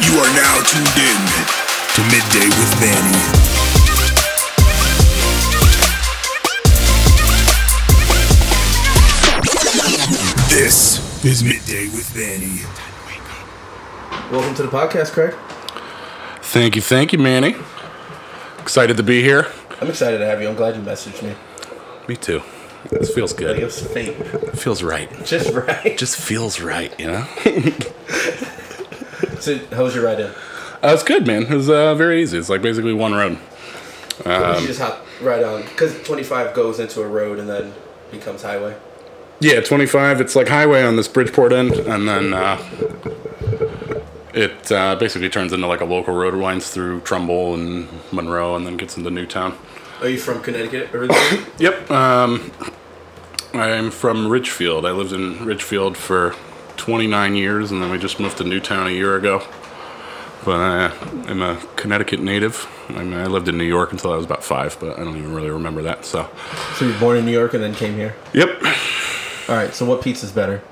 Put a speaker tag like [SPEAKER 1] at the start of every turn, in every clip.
[SPEAKER 1] You are now tuned in to Midday with Manny. This is Midday with Manny.
[SPEAKER 2] Welcome to the podcast, Craig.
[SPEAKER 3] Thank you, thank you, Manny. Excited to be here.
[SPEAKER 2] I'm excited to have you. I'm glad you messaged me.
[SPEAKER 3] Me too. This feels
[SPEAKER 2] Like it
[SPEAKER 3] good.
[SPEAKER 2] was fate,
[SPEAKER 3] It feels right. It
[SPEAKER 2] just right.
[SPEAKER 3] just feels right, you know?
[SPEAKER 2] So, how was your ride in?
[SPEAKER 3] Uh, it's good, man. It was uh, very easy. It's like basically one road. Um,
[SPEAKER 2] you just hop right on because 25 goes into a road and then becomes highway.
[SPEAKER 3] Yeah, 25. It's like highway on this Bridgeport end, and then uh, it uh, basically turns into like a local road, winds through Trumbull and Monroe, and then gets into Newtown.
[SPEAKER 2] Are you from Connecticut originally?
[SPEAKER 3] Yep. Um, I'm from Ridgefield. I lived in Ridgefield for 29 years, and then we just moved to Newtown a year ago. But I am a Connecticut native. I mean, I lived in New York until I was about five, but I don't even really remember that. So,
[SPEAKER 2] so you were born in New York and then came here.
[SPEAKER 3] yep,
[SPEAKER 2] All right. So what pizza's better?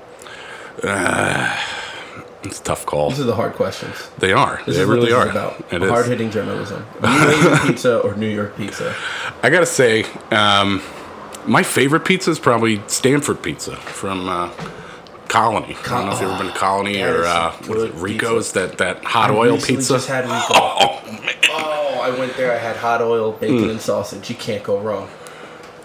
[SPEAKER 3] it's a tough call.
[SPEAKER 2] These are the hard questions.
[SPEAKER 3] They are.
[SPEAKER 2] This
[SPEAKER 3] they
[SPEAKER 2] is
[SPEAKER 3] really
[SPEAKER 2] what
[SPEAKER 3] are.
[SPEAKER 2] this is about.
[SPEAKER 3] It is.
[SPEAKER 2] Hard hitting journalism. New Haven pizza or New York pizza?
[SPEAKER 3] I gotta say, um, my favorite pizza is probably Stanford pizza from uh, Colony. I don't know if you've ever been to Colony
[SPEAKER 2] that
[SPEAKER 3] or
[SPEAKER 2] is
[SPEAKER 3] uh,
[SPEAKER 2] some
[SPEAKER 3] what is it,
[SPEAKER 2] good
[SPEAKER 3] Rico's, that, that hot oil
[SPEAKER 2] Recently
[SPEAKER 3] pizza.
[SPEAKER 2] Just had Rico.
[SPEAKER 3] oh, man.
[SPEAKER 2] Oh, I went there. I had hot oil, bacon,
[SPEAKER 3] Mm.
[SPEAKER 2] and sausage. You can't go wrong.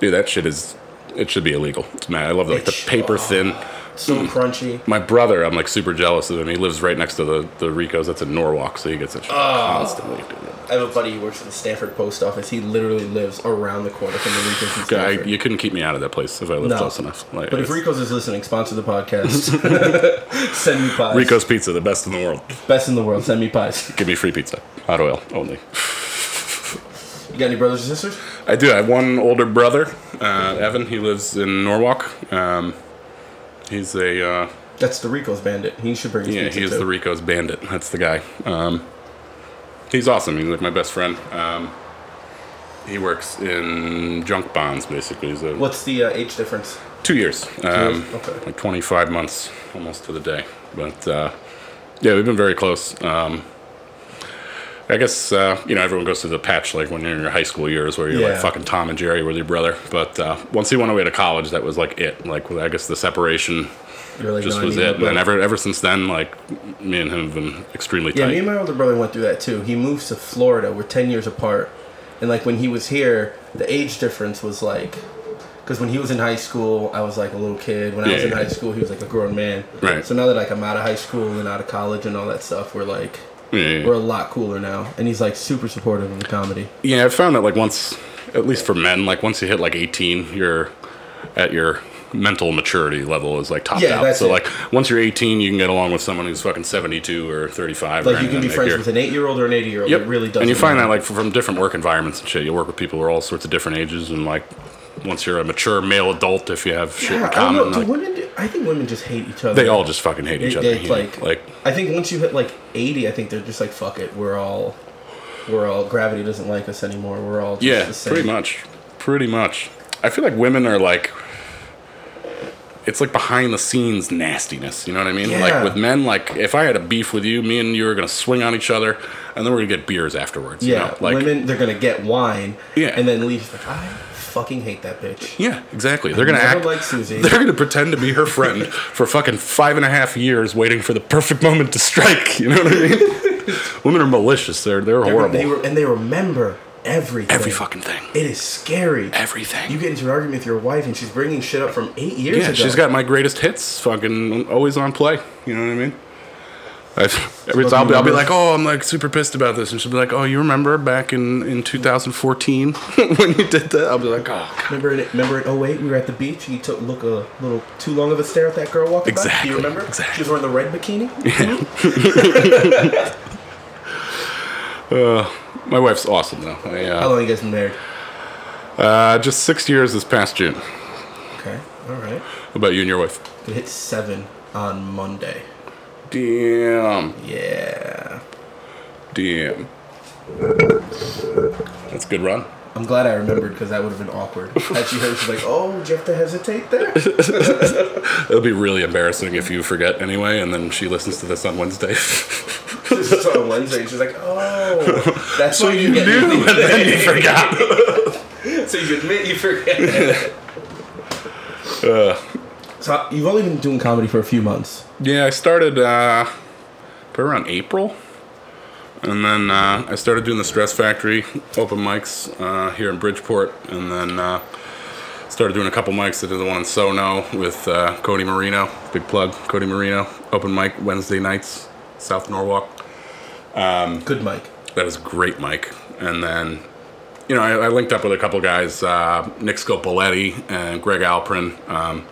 [SPEAKER 3] Dude, that shit is, it should be illegal. It's mad. I love like the
[SPEAKER 2] Bitch.
[SPEAKER 3] paper thin.
[SPEAKER 2] So
[SPEAKER 3] Mm.
[SPEAKER 2] crunchy.
[SPEAKER 3] My brother, I'm like super jealous of him. He lives right next to the, the Rico's that's in Norwalk, so he gets it
[SPEAKER 2] Oh.
[SPEAKER 3] constantly.
[SPEAKER 2] I have a buddy who works at the Stanford post office. He literally lives around the corner from the Rico's in
[SPEAKER 3] Dude, I,
[SPEAKER 2] Stanford.
[SPEAKER 3] you couldn't keep me out of that place if I lived
[SPEAKER 2] No.
[SPEAKER 3] close enough. Like,
[SPEAKER 2] but if
[SPEAKER 3] it's-
[SPEAKER 2] Rico's is listening, sponsor the podcast. send me pies.
[SPEAKER 3] Rico's Pizza, the best in the world.
[SPEAKER 2] best in the world. Send me pies.
[SPEAKER 3] Give me free pizza. Hot oil only.
[SPEAKER 2] You got any brothers or sisters?
[SPEAKER 3] I do. I have one older brother, uh, Evan. He lives in Norwalk. Um, he's a uh,
[SPEAKER 2] That's the Rico's bandit. He should bring his
[SPEAKER 3] yeah.
[SPEAKER 2] pizza
[SPEAKER 3] He is
[SPEAKER 2] too.
[SPEAKER 3] the Rico's bandit. That's the guy. Um, he's awesome. He's like my best friend. Um, he works in junk bonds, basically. He's a
[SPEAKER 2] What's the uh, age difference?
[SPEAKER 3] two years, um,
[SPEAKER 2] okay.
[SPEAKER 3] like 25 months almost to the day. But uh, yeah, we've been very close. Um, I guess uh, you know everyone goes through the patch like when you're in your high school years where you're
[SPEAKER 2] Yeah.
[SPEAKER 3] like fucking Tom and Jerry with your brother. But uh, once he went away to college, that was like it. Like I guess the separation
[SPEAKER 2] You're like,
[SPEAKER 3] just
[SPEAKER 2] no, I
[SPEAKER 3] was
[SPEAKER 2] need
[SPEAKER 3] it.
[SPEAKER 2] a
[SPEAKER 3] And then
[SPEAKER 2] brother.
[SPEAKER 3] ever ever since then, like me and him have been extremely
[SPEAKER 2] Yeah,
[SPEAKER 3] tight.
[SPEAKER 2] me and my older brother went through that too. He moves to Florida. We're 10 years apart. And like when he was here, the age difference was like because when he was in high school, I was like a little kid. When I was
[SPEAKER 3] Yeah,
[SPEAKER 2] in
[SPEAKER 3] yeah.
[SPEAKER 2] high school, he was like a grown man.
[SPEAKER 3] Right.
[SPEAKER 2] So now that like I'm out of high school and out of college and all that stuff, we're like
[SPEAKER 3] Yeah, yeah, yeah.
[SPEAKER 2] we're a lot cooler now. And he's like super supportive of the comedy.
[SPEAKER 3] Yeah, I found that like once, at least for men, like once you hit like 18, you're at your mental maturity level is like topped
[SPEAKER 2] Yeah,
[SPEAKER 3] out.
[SPEAKER 2] that's
[SPEAKER 3] so
[SPEAKER 2] it.
[SPEAKER 3] like once you're 18, you can get along with someone who's fucking 72 or 35. or
[SPEAKER 2] Like you can
[SPEAKER 3] anything,
[SPEAKER 2] be friends
[SPEAKER 3] you're-
[SPEAKER 2] with an eight year old or an eighty year old.
[SPEAKER 3] Yep.
[SPEAKER 2] It really does.
[SPEAKER 3] And you find that like from different work environments and shit. You work with people who are all sorts of different ages and like once you're a mature male adult, if you have shit in
[SPEAKER 2] I don't know.
[SPEAKER 3] common,
[SPEAKER 2] Do
[SPEAKER 3] like,
[SPEAKER 2] women? Do, I think women just hate each other.
[SPEAKER 3] they all just fucking hate each
[SPEAKER 2] They-
[SPEAKER 3] other.
[SPEAKER 2] they,
[SPEAKER 3] you know?
[SPEAKER 2] like-
[SPEAKER 3] like
[SPEAKER 2] I think once you hit like 80, I think they're just like, fuck it, we're all, we're all, gravity doesn't like us anymore. We're all just
[SPEAKER 3] Yeah,
[SPEAKER 2] the same.
[SPEAKER 3] pretty much. Pretty much. I feel like women are like it's like behind the scenes nastiness, you know what I mean?
[SPEAKER 2] Yeah.
[SPEAKER 3] Like with men, like if I had a beef with you, me and you are gonna swing on each other and then we're gonna get beers afterwards. you
[SPEAKER 2] Yeah,
[SPEAKER 3] know? Like
[SPEAKER 2] women, they're gonna get wine
[SPEAKER 3] Yeah.
[SPEAKER 2] and then leave. Like, I fucking hate that bitch.
[SPEAKER 3] Yeah, exactly. They're gonna
[SPEAKER 2] never
[SPEAKER 3] act
[SPEAKER 2] liked Susie.
[SPEAKER 3] They're gonna pretend to be her friend for fucking five and a half years waiting for the perfect moment to strike. You know what I mean? women are malicious, they're they're,
[SPEAKER 2] They're gonna-
[SPEAKER 3] horrible.
[SPEAKER 2] They were, and they remember everything.
[SPEAKER 3] Every fucking thing.
[SPEAKER 2] It is scary.
[SPEAKER 3] Everything.
[SPEAKER 2] You get into an argument with your wife and she's bringing shit up from eight years
[SPEAKER 3] Yeah,
[SPEAKER 2] ago.
[SPEAKER 3] she's got my greatest hits, fucking always on play. You know what I mean? I've, every
[SPEAKER 2] Don't
[SPEAKER 3] time I'll be, I'll be
[SPEAKER 2] remember.
[SPEAKER 3] like, oh, I'm like super pissed about this, and she'll be like, oh, you remember back in in 2014 when you did that? I'll be like, oh,
[SPEAKER 2] Remember in, remember in 08, we were at the beach and you took look a little too long of a stare at that girl walking by? Do
[SPEAKER 3] Exactly,
[SPEAKER 2] you remember?
[SPEAKER 3] exactly.
[SPEAKER 2] She was wearing the red bikini?
[SPEAKER 3] my wife's awesome though. I,
[SPEAKER 2] How
[SPEAKER 3] uh,
[SPEAKER 2] long you guys been married?
[SPEAKER 3] uh, just six years this past June. How
[SPEAKER 2] Okay, all right.
[SPEAKER 3] about you and your wife?
[SPEAKER 2] It hit seven on Monday.
[SPEAKER 3] Damn,
[SPEAKER 2] Yeah.
[SPEAKER 3] damn. That's a good run.
[SPEAKER 2] I'm glad I remembered because that would have been awkward. Had she heard, she's like, oh, did you have to hesitate there?
[SPEAKER 3] It'll be really embarrassing if you forget anyway, and then she listens to this on Wednesday.
[SPEAKER 2] was just on Wednesday, and she's like, "Oh, that's
[SPEAKER 3] So
[SPEAKER 2] why
[SPEAKER 3] you
[SPEAKER 2] get
[SPEAKER 3] knew,
[SPEAKER 2] these
[SPEAKER 3] but then you forgot.
[SPEAKER 2] things." so you admit you forget."
[SPEAKER 3] Uh.
[SPEAKER 2] so you've only been doing comedy for a few months.
[SPEAKER 3] Yeah, I started uh, probably around April, and then uh, I started doing the Stress Factory open mics uh, here in Bridgeport, and then uh, started doing a couple mics. I did the one in Sono with uh, Cody Marino, big plug, Cody Marino, open mic Wednesday nights, South Norwalk.
[SPEAKER 2] Good Mike.
[SPEAKER 3] That is great, Mike. And then, you know, I, I linked up with a couple guys, uh, Nick Scopoletti and Greg Alprin. Um,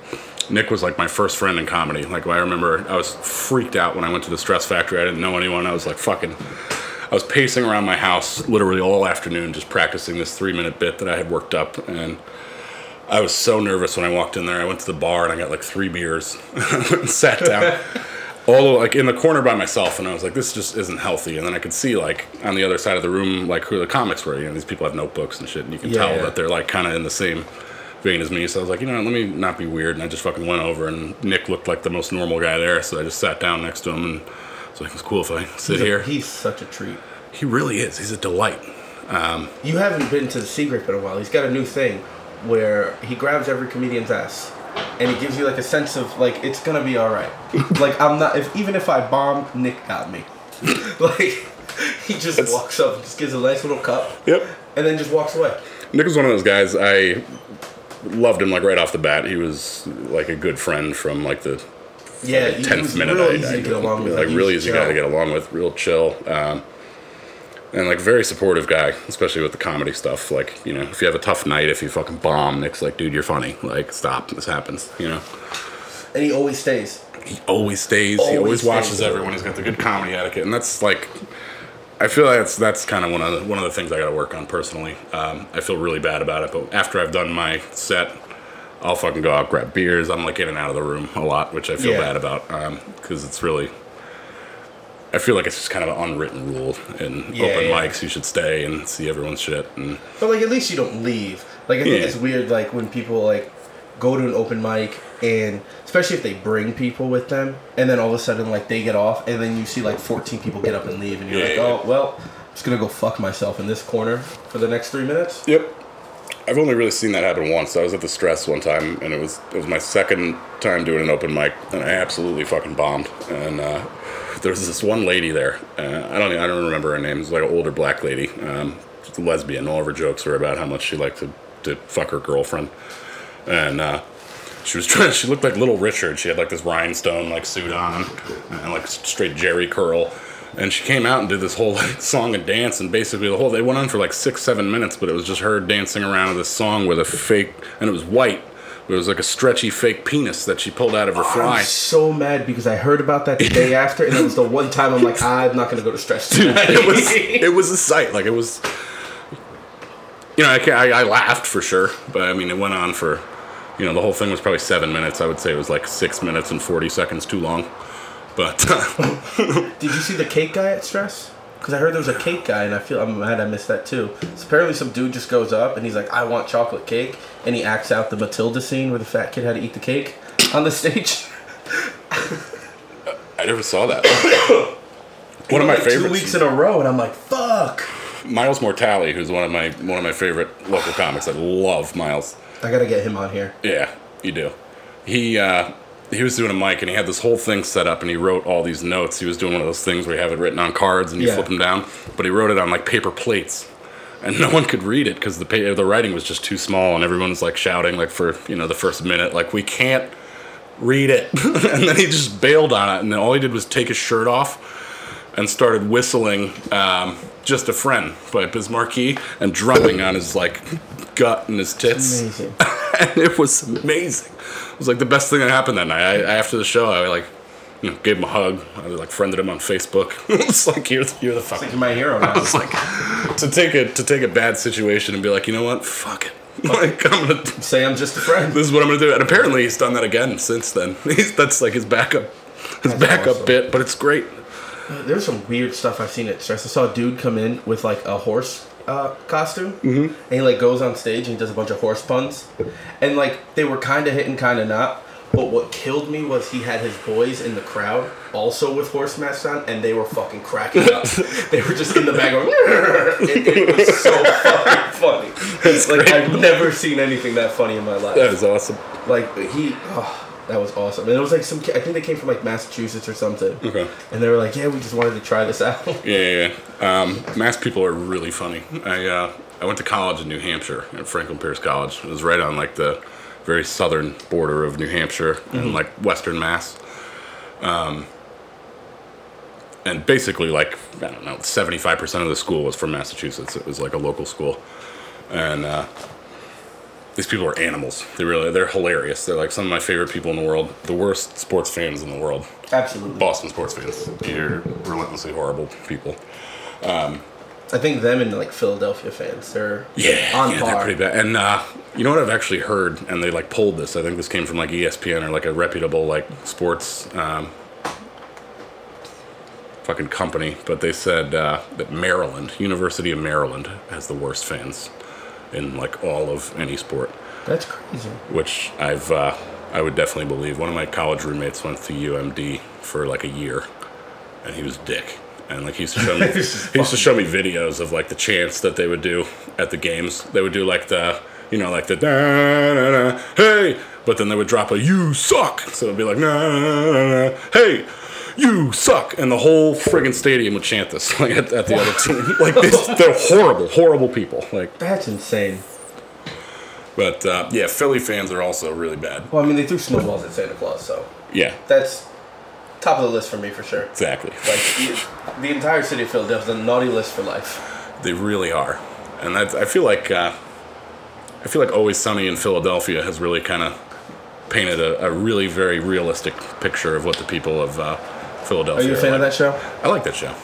[SPEAKER 3] Nick was like my first friend in comedy. Like, I remember I was freaked out when I went to the Stress Factory. I didn't know anyone. I was like, fucking. I was pacing around my house literally all afternoon, just practicing this three minute bit that I had worked up. And I was so nervous when I walked in there. I went to the bar and I got like three beers and sat down. All like in the corner by myself, and I was like, "This just isn't healthy." And then I could see like on the other side of the room, like who the comics were. You know, these people have notebooks and shit, and you can tell
[SPEAKER 2] Yeah.
[SPEAKER 3] that they're like kind of in the same vein as me. So I was like, "You know, let me not be weird." And I just fucking went over, and Nick looked like the most normal guy there, so I just sat down next to him, and it's like, "It's cool if I sit
[SPEAKER 2] He's a-
[SPEAKER 3] here."
[SPEAKER 2] he's such a treat.
[SPEAKER 3] He really is. He's a delight.
[SPEAKER 2] You haven't been to the Secret in a while. He's got a new thing where he grabs every comedian's ass and he gives you like a sense of like it's gonna be all right. like I'm not if even if I bomb, Nick got me. like he just walks up, and just gives a nice little cup,
[SPEAKER 3] Yep.
[SPEAKER 2] and then just walks away.
[SPEAKER 3] Nick was one of those guys I loved him like right off the bat. He was like a good friend from like the
[SPEAKER 2] Yeah, he- he
[SPEAKER 3] tenth
[SPEAKER 2] was
[SPEAKER 3] minute.
[SPEAKER 2] real
[SPEAKER 3] I,
[SPEAKER 2] easy
[SPEAKER 3] I
[SPEAKER 2] to get along with.
[SPEAKER 3] like
[SPEAKER 2] he
[SPEAKER 3] really
[SPEAKER 2] was
[SPEAKER 3] easy guy to
[SPEAKER 2] chill.
[SPEAKER 3] get along with, real chill, um, and like very supportive guy, especially with the comedy stuff. Like you know, if you have a tough night, if you fucking bomb, Nick's like, dude, you're funny. Like stop, this happens. You know.
[SPEAKER 2] And he always stays.
[SPEAKER 3] He always stays. he always
[SPEAKER 2] Always stays.
[SPEAKER 3] watches everyone. He's got the good comedy etiquette, and that's like, I feel that's that's kind of one of the, one of the things I got to work on personally. Um, I feel really bad about it, but after I've done my set, I'll fucking go out grab beers. I'm like in and out of the room a lot, which I feel
[SPEAKER 2] Yeah.
[SPEAKER 3] bad about because it's really. I feel like it's just kind of an unwritten rule in
[SPEAKER 2] Yeah,
[SPEAKER 3] open
[SPEAKER 2] yeah.
[SPEAKER 3] mics. You should stay and see everyone's shit. And
[SPEAKER 2] But like at least you don't leave. Like I think
[SPEAKER 3] Yeah.
[SPEAKER 2] it's weird like when people like go to an open mic and especially if they bring people with them and then all of a sudden like they get off and then you see like 14 people get up and leave and you're
[SPEAKER 3] Yeah,
[SPEAKER 2] like,
[SPEAKER 3] yeah,
[SPEAKER 2] "Oh, well, I'm just going to go fuck myself in this corner for the next 3 minutes."
[SPEAKER 3] Yep. I've only really seen that happen once. I was at the Stress one time, and it was it was my second time doing an open mic, and I absolutely fucking bombed. And uh, there was this one lady there. Uh, I don't I don't remember her name. It was like an older black lady, um, she's a lesbian. All of her jokes were about how much she liked to, to fuck her girlfriend, and uh, she was trying. She looked like Little Richard. She had like this rhinestone like suit on, and like straight Jerry curl. And she came out and did this whole like, song and dance, and basically the whole they went on for like six, seven minutes, but it was just her dancing around to this song with a fake, and it was white. It was like a stretchy fake penis that she pulled out of her fly.
[SPEAKER 2] I'm so mad because I heard about that the day after and it was the one time I'm like, "I'm not going to go to stress tonight."
[SPEAKER 3] it was it was a sight. Like it was, you know, I, ca- I, I laughed for sure, but I mean, it went on for, you know, the whole thing was probably seven minutes. I would say it was like six minutes and forty seconds too long. But
[SPEAKER 2] Did you see the cake guy at Stress? Because I heard there was a cake guy, and I feel I'm mad I missed that too. So apparently, some dude just goes up and he's like, "I want chocolate cake," and he acts out the Matilda scene where the fat kid had to eat the cake on the stage.
[SPEAKER 3] I never saw that. One of my
[SPEAKER 2] Like,
[SPEAKER 3] favorites,
[SPEAKER 2] Two weeks in a row, and I'm like, "Fuck!"
[SPEAKER 3] Miles Mortali, who's one of my one of my favorite local comics. I love Miles.
[SPEAKER 2] I gotta get him on here.
[SPEAKER 3] Yeah, you do. He uh, he was doing a mic and he had this whole thing set up and he wrote all these notes. He was doing one of those things where you have it written on cards and you
[SPEAKER 2] Yeah.
[SPEAKER 3] flip them down, but he wrote it on like paper plates, and no one could read it because the pa- the writing was just too small and everyone was like shouting like for you know the first minute like we can't read it, and then he just bailed on it and then all he did was take his shirt off. And started whistling um, "Just a Friend" by Bismarcky and drumming on his like gut and his tits
[SPEAKER 2] Amazing.
[SPEAKER 3] and it was amazing. It was like the best thing that happened that night. I, I- after the show, I like you know, gave him a hug. I like friended him on Facebook. it's like you're you're the fucking.
[SPEAKER 2] He's my hero now.
[SPEAKER 3] It's like to take a to take a bad situation and be like, you know what, fuck it. Like I'm gonna.
[SPEAKER 2] Say I'm just a friend.
[SPEAKER 3] This is what I'm gonna do. And apparently, he's done that again since then. He's, that's like his backup, his backup
[SPEAKER 2] awesome.
[SPEAKER 3] bit. But it's great.
[SPEAKER 2] There's some weird stuff I've seen at Stress. I saw a dude come in with like a horse uh, costume,
[SPEAKER 3] Mm-hmm.
[SPEAKER 2] and he like goes on stage and he does a bunch of horse puns, and like they were kind of hitting, kind of not. But what killed me was he had his boys in the crowd, also with horse masks on, and they were fucking cracking up. they were just in the back going, it, it was so fucking funny. like I've never seen anything that funny in my life.
[SPEAKER 3] That is awesome.
[SPEAKER 2] Like he, oh, that was awesome. And it was like some, ki- I think they came from like Massachusetts or something.
[SPEAKER 3] Okay.
[SPEAKER 2] And they were like, yeah, we just wanted to try this out.
[SPEAKER 3] Yeah, yeah, yeah. Um, Mass people are really funny. I uh, I went to college in New Hampshire at Franklin Pierce College. It was right on like the very southern border of New Hampshire and like Western Mass. Um, and basically, like I don't know, seventy five percent of the school was from Massachusetts. It was like a local school, and uh, these people are animals. They really they're hilarious. They're like some of my favorite people in the world. The worst sports fans in the world.
[SPEAKER 2] Absolutely.
[SPEAKER 3] Boston sports fans. You're relentlessly horrible people.
[SPEAKER 2] I think them and like Philadelphia fans, they're
[SPEAKER 3] Yeah,
[SPEAKER 2] on
[SPEAKER 3] yeah, they're
[SPEAKER 2] par.
[SPEAKER 3] pretty bad. And uh, you know what I've actually heard, and they like pulled this. I think this came from like E ESPN or like a reputable like sports um, fucking company, but they said uh, that Maryland, University of Maryland, has the worst fans in like all of any sport,
[SPEAKER 2] That's crazy.
[SPEAKER 3] which I've uh, I would definitely believe. One of my college roommates went to UMD for like a year, and he was a dick. And like he used to show me, he used to show me videos of like the chants that they would do at the games. They would do like the, you know, like the da, da, da, hey, but then they would drop a you suck. So it'd be like na na na na hey, you suck, and the whole friggin' stadium would chant this like at, at the other team. Like this, they're horrible, horrible people. Like,
[SPEAKER 2] That's insane.
[SPEAKER 3] but uh, yeah, Philly fans are also really bad.
[SPEAKER 2] Well, I mean, they threw snowballs at Santa Claus, so
[SPEAKER 3] Yeah,
[SPEAKER 2] that's top of the list for me for sure.
[SPEAKER 3] exactly.
[SPEAKER 2] Like you- the entire city of Philadelphia is a naughty list for life.
[SPEAKER 3] They really are, and I, I feel like uh, I feel like Always Sunny in Philadelphia has really kind of painted a, a really very realistic picture of what the people of uh,
[SPEAKER 2] Are
[SPEAKER 3] Philadelphia.
[SPEAKER 2] you a fan of that
[SPEAKER 3] like.
[SPEAKER 2] show?
[SPEAKER 3] I like that show.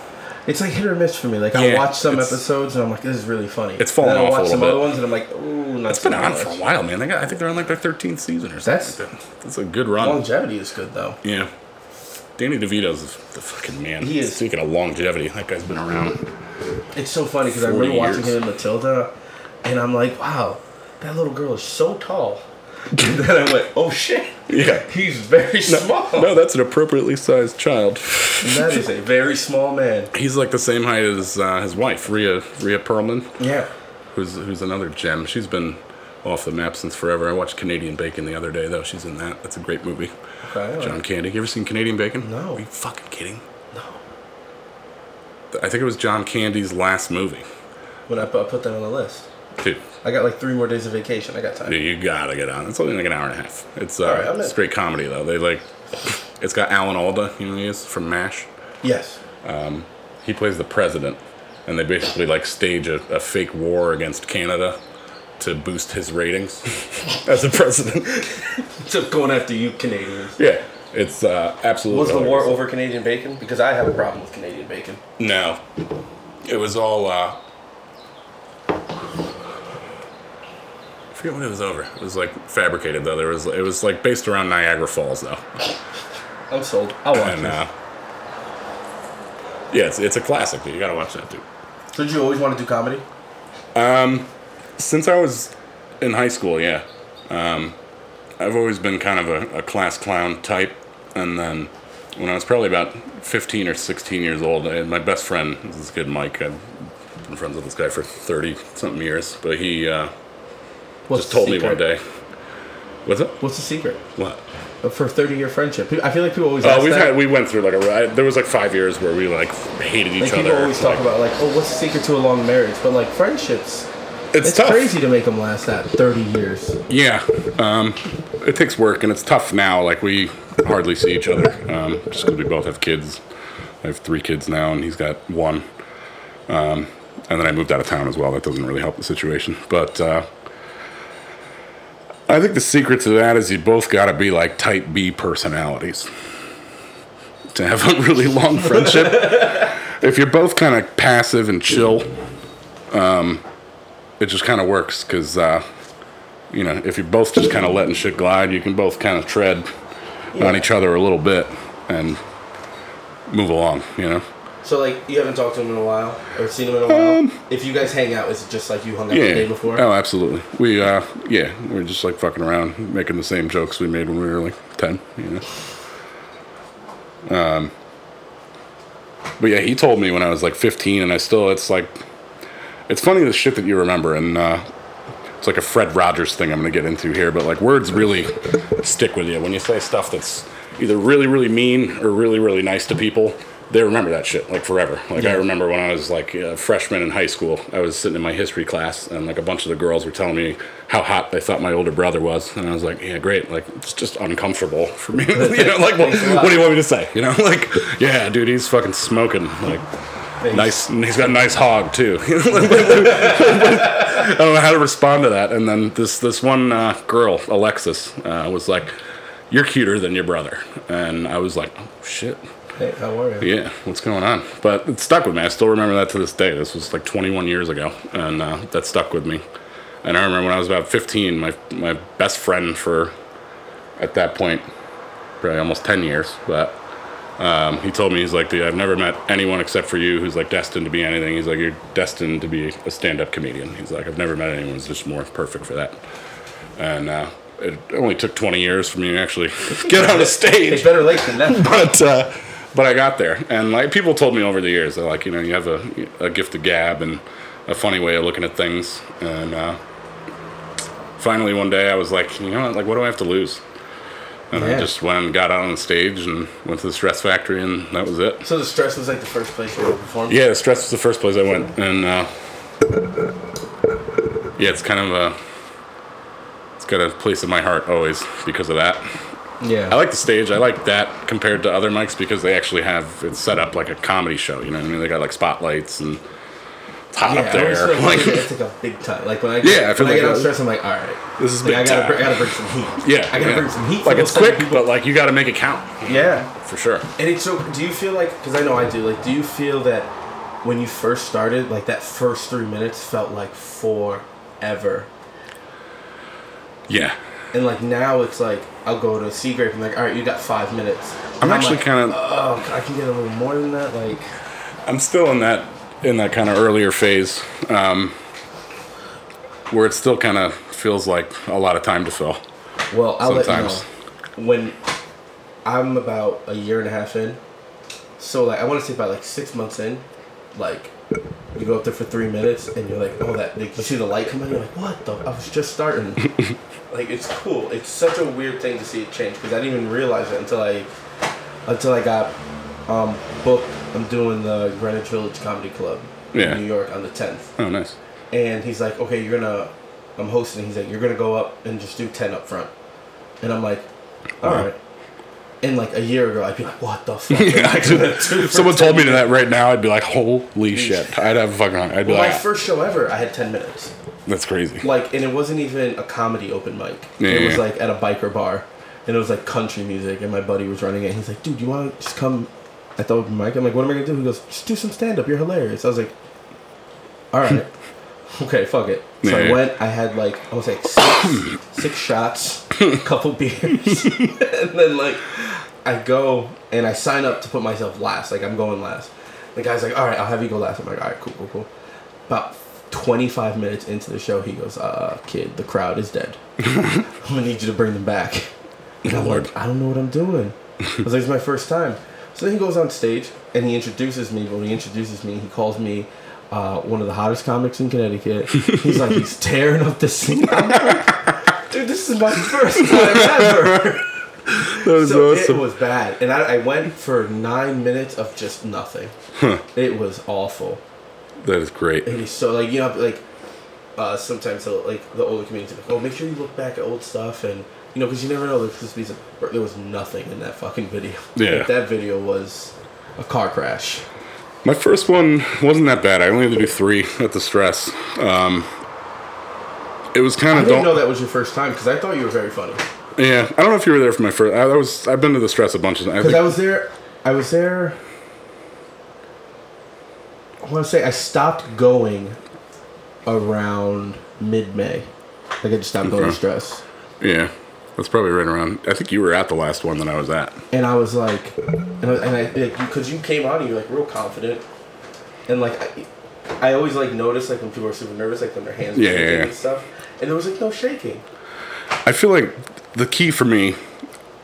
[SPEAKER 2] It's like hit or miss for me. Like
[SPEAKER 3] Yeah,
[SPEAKER 2] I watch some
[SPEAKER 3] it's-
[SPEAKER 2] episodes and I'm like, this is really funny.
[SPEAKER 3] It's fallen
[SPEAKER 2] and then I
[SPEAKER 3] off a
[SPEAKER 2] watch
[SPEAKER 3] little
[SPEAKER 2] some
[SPEAKER 3] bit.
[SPEAKER 2] other ones and I'm like, ooh, not
[SPEAKER 3] It's been on for a while, man. They got, I think they're on like their 13th season or
[SPEAKER 2] That's-
[SPEAKER 3] something. That's that's a good run.
[SPEAKER 2] Longevity is good though.
[SPEAKER 3] yeah. Danny DeVito's the fucking man.
[SPEAKER 2] He is.
[SPEAKER 3] Speaking of longevity, that guy's been around.
[SPEAKER 2] It's so funny because I
[SPEAKER 3] 40
[SPEAKER 2] remember watching
[SPEAKER 3] years.
[SPEAKER 2] him in Matilda, and I'm like, wow, that little girl is so tall. and then I went, oh shit,
[SPEAKER 3] Yeah.
[SPEAKER 2] he's very small.
[SPEAKER 3] No, that's an appropriately sized child.
[SPEAKER 2] That is a very small man.
[SPEAKER 3] He's like the same height as uh, his wife, Rhea Rhea Perlman.
[SPEAKER 2] Yeah.
[SPEAKER 3] who's who's another gem. She's been off the map since forever. I watched Canadian Bacon the other day though. She's in that. That's a great movie.
[SPEAKER 2] Okay,
[SPEAKER 3] John Candy. You ever seen Canadian Bacon?
[SPEAKER 2] No.
[SPEAKER 3] Are you fucking kidding?
[SPEAKER 2] No.
[SPEAKER 3] I think it was John Candy's last movie.
[SPEAKER 2] When I put, I put that on the list,
[SPEAKER 3] Dude,
[SPEAKER 2] I got like three more days of vacation. I got time.
[SPEAKER 3] you gotta get on. It's only like an hour and a half. It's uh,
[SPEAKER 2] right, I'm in.
[SPEAKER 3] straight comedy though. They like, it's got Alan Alda. You know who he is from Mash.
[SPEAKER 2] Yes.
[SPEAKER 3] He plays the president, and they basically like stage a, a fake war against Canada to boost his ratings as a president.
[SPEAKER 2] So going after you Canadians.
[SPEAKER 3] yeah, it's uh, absolutely.
[SPEAKER 2] Was the war
[SPEAKER 3] hilarious.
[SPEAKER 2] over Canadian bacon? Because I have a problem with Canadian bacon.
[SPEAKER 3] No. It was all, uh. I forget when it was over. It was like fabricated though. There was it was like based around Niagara Falls though,
[SPEAKER 2] I'm sold. I'll watch
[SPEAKER 3] and
[SPEAKER 2] it.
[SPEAKER 3] uh, yeah, it's, it's a classic. dude. You gotta watch that dude.
[SPEAKER 2] So did you always want to do comedy?
[SPEAKER 3] Since I was in high school, yeah, um, I've always been kind of a, a class clown type. And then when I was probably about 15 or 16 years old, I, my best friend, this is good Mike, I've been friends with this guy for 30 something years, but he uh,
[SPEAKER 2] What's
[SPEAKER 3] just
[SPEAKER 2] the
[SPEAKER 3] told me one
[SPEAKER 2] secret?
[SPEAKER 3] day. What's it?
[SPEAKER 2] What's the secret
[SPEAKER 3] What?
[SPEAKER 2] for 30 year friendship? I feel like people always.
[SPEAKER 3] Oh,
[SPEAKER 2] ask
[SPEAKER 3] we've
[SPEAKER 2] that.
[SPEAKER 3] had we went through like a ride. There was like five years where we like hated each
[SPEAKER 2] Like people
[SPEAKER 3] other.
[SPEAKER 2] always talk
[SPEAKER 3] like,
[SPEAKER 2] about like, oh, what's the secret to a long marriage? But like friendships,
[SPEAKER 3] it's,
[SPEAKER 2] it's
[SPEAKER 3] tough.
[SPEAKER 2] crazy to make them last that thirty years.
[SPEAKER 3] Yeah, um, it takes work and it's tough now. Like we hardly see each other um, just because we both have kids. I have three kids now, and he's got one. Um, and then I moved out of town as well. That doesn't really help the situation, but. Uh, I think the secret to that is you both got to be like type B personalities to have a really long friendship. if you're both kind of passive and chill, um, it just kind of works because, uh, you know, if you're both just kind of letting shit glide, you can both kind of tread on each other a little bit and move along, you know?
[SPEAKER 2] So like, you haven't talked to him in a while or seen him in a while.
[SPEAKER 3] Um,
[SPEAKER 2] if you guys hang out, is it just like you hung out the day before?
[SPEAKER 3] Oh, absolutely. We uh, yeah, we are just like fucking around, making the same jokes we made when we were like ten. You know. Um, but yeah, he told me when I was like fifteen, and I still it's like, it's funny the shit that you remember, and uh, it's like a Fred Rogers thing I'm gonna get into here. But like words really stick with you when you say stuff that's either really really mean or really really nice to people. They remember that shit like forever. Like I remember when I was like a freshman in high school, I was sitting in my history class, and like a bunch of the girls were telling me how hot they thought my older brother was, and I was like, "Yeah, great." Like it's just uncomfortable for me. you know, like what, what do you want me to say? You know, like yeah, dude, he's fucking smoking. Like nice, and he's got a nice hog too. I don't know how to respond to that. And then this this one uh, girl, Alexis, uh, was like, "You're cuter than your brother," and I was like, "Oh shit,
[SPEAKER 2] Hey, how are you?
[SPEAKER 3] yeah, what's going on?" But it stuck with me. I still remember that to this day. This was like 21 years ago, and uh, that stuck with me. And I remember when I was about 15, my my best friend for at that point probably almost 10 years, but. Um, he told me he's like, dude, I've never met anyone except for you who's like destined to be anything. He's like, you're destined to be a stand-up comedian. He's like, I've never met anyone who's just more perfect for that. And uh, it only took 20 years for me to actually get on a
[SPEAKER 2] It's
[SPEAKER 3] stage,
[SPEAKER 2] better late than never.
[SPEAKER 3] but uh, but I got there. And like people told me over the years, they're like, you know, you have a a gift of gab and a funny way of looking at things. And uh, finally, one day, I was like, you know, what? like, what do I have to lose? And
[SPEAKER 2] Yeah.
[SPEAKER 3] I just went and got out on the stage and went to the Stress Factory, and that was it.
[SPEAKER 2] So the stress was like the first place you ever performed.
[SPEAKER 3] Yeah, the stress was the first place I went, and uh, yeah, it's kind of a it's got a place in my heart always because of that. I
[SPEAKER 2] yeah.
[SPEAKER 3] like the stage. I like that compared to other mics because they actually have it set up like a comedy show. You know what I mean? They got like spotlights and it's hot
[SPEAKER 2] Yeah,
[SPEAKER 3] up
[SPEAKER 2] I always
[SPEAKER 3] there.
[SPEAKER 2] feel like,
[SPEAKER 3] Like,
[SPEAKER 2] it's like a big time. Like when I get,
[SPEAKER 3] Yeah, I feel
[SPEAKER 2] when I
[SPEAKER 3] like
[SPEAKER 2] get
[SPEAKER 3] it
[SPEAKER 2] on
[SPEAKER 3] was-
[SPEAKER 2] stress, I'm like, all right,
[SPEAKER 3] this is
[SPEAKER 2] like,
[SPEAKER 3] big
[SPEAKER 2] I gotta,
[SPEAKER 3] time.
[SPEAKER 2] br- I gotta bring some heat.
[SPEAKER 3] yeah,
[SPEAKER 2] I gotta
[SPEAKER 3] yeah.
[SPEAKER 2] bring some heat. for
[SPEAKER 3] Like
[SPEAKER 2] those
[SPEAKER 3] it's
[SPEAKER 2] type
[SPEAKER 3] quick,
[SPEAKER 2] of people.
[SPEAKER 3] but like you got to make it count
[SPEAKER 2] yeah.
[SPEAKER 3] for sure.
[SPEAKER 2] And it's so. Do you feel like? Because I know I do. Like, do you feel that when you first started, like that first three minutes felt like forever,
[SPEAKER 3] Yeah,
[SPEAKER 2] and like now it's like I'll go to sea grape and like, all right, you got five minutes.
[SPEAKER 3] I'm actually kind of.
[SPEAKER 2] Oh, I can get a little more than that. Like,
[SPEAKER 3] I'm still in that in that kind of earlier phase, um, where it still kind of feels like a lot of time to fill.
[SPEAKER 2] well, I'll
[SPEAKER 3] Sometimes.
[SPEAKER 2] let you know when I'm about a year and a half in. So like, I want to say about like six months in, like. You go up there for three minutes, and you're like, "Oh, that!" Like, you see the light come on. You're like, "What the?" I was just starting. like it's cool. It's such a weird thing to see it change because I didn't even realize it until I, until I got, um, booked. I'm doing the Greenwich Village Comedy Club
[SPEAKER 3] Yeah.
[SPEAKER 2] in New York on the 10th,
[SPEAKER 3] Oh, nice.
[SPEAKER 2] and he's like, "Okay, you're gonna," I'm hosting. He's like, "You're gonna go up and just do 10 up front," and I'm like, "All right."
[SPEAKER 3] Wow.
[SPEAKER 2] And like a year ago, I'd be like, "What the fuck?"
[SPEAKER 3] if someone told me to that right now, I'd be like, "Holy shit!" I'd have a fucking. I'd be
[SPEAKER 2] Well, my
[SPEAKER 3] like,
[SPEAKER 2] first show ever, I had 10 minutes.
[SPEAKER 3] "That's crazy."
[SPEAKER 2] like and it wasn't even a comedy open mic.
[SPEAKER 3] Yeah,
[SPEAKER 2] it was
[SPEAKER 3] yeah.
[SPEAKER 2] like at a biker bar, and it was like country music. And my buddy was running it. He's like, "Dude, you want to just come at the open mic?" I'm like, "What am I gonna do?" He goes, "Just do some stand up. You're hilarious." I was like, "All right, okay, fuck it." So
[SPEAKER 3] Yeah,
[SPEAKER 2] I
[SPEAKER 3] yeah.
[SPEAKER 2] went. I had like I was like six, six shots, a couple beers, and then like I go and I sign up to put myself last. Like I'm going last. The guy's like, "All right, I'll have you go last." I'm like, "All right, cool, cool, cool." About 25 minutes into the show, he goes, uh, kid, the crowd is dead. I'm gonna need you to bring them back. And I'm
[SPEAKER 3] Lord.
[SPEAKER 2] like, I don't know what I'm doing. I was like, it's my first time. So then he goes on stage and he introduces me. But when he introduces me, he calls me uh, one of the hottest comics in Connecticut. He's like, he's tearing up the scene. I'm like, Dude, this is my first time ever.
[SPEAKER 3] That was
[SPEAKER 2] So
[SPEAKER 3] awesome.
[SPEAKER 2] it was bad, and I, I went for nine minutes of just nothing. It was awful.
[SPEAKER 3] that is great.
[SPEAKER 2] And he's so like you know like uh, sometimes they'll, like the older comedians are like oh make sure you look back at old stuff and you know because you never know there's just these there was nothing in that fucking video
[SPEAKER 3] Yeah.
[SPEAKER 2] Like, that video was a car crash
[SPEAKER 3] My first one wasn't that bad. I only had to do three at the stress. Um, it was kind
[SPEAKER 2] I
[SPEAKER 3] of
[SPEAKER 2] didn't
[SPEAKER 3] don't.
[SPEAKER 2] know that was your first time because I thought you were very funny
[SPEAKER 3] Yeah, I don't know if you were there for my first. I, I was. I've been to the stress a bunch of times.
[SPEAKER 2] because I was there I was there I want to say I stopped going around mid May like I just stopped going to
[SPEAKER 3] Okay.
[SPEAKER 2] stress
[SPEAKER 3] Yeah, that's probably right around. I think you were at the last one that I was at.
[SPEAKER 2] and I was like, and I, and I like, because you came out and you're like real confident, and like, I, I always like notice like when people are super nervous, like when their hands are
[SPEAKER 3] Yeah,
[SPEAKER 2] shaking
[SPEAKER 3] yeah, yeah.
[SPEAKER 2] and stuff, and there was like no shaking.
[SPEAKER 3] I feel like the key for me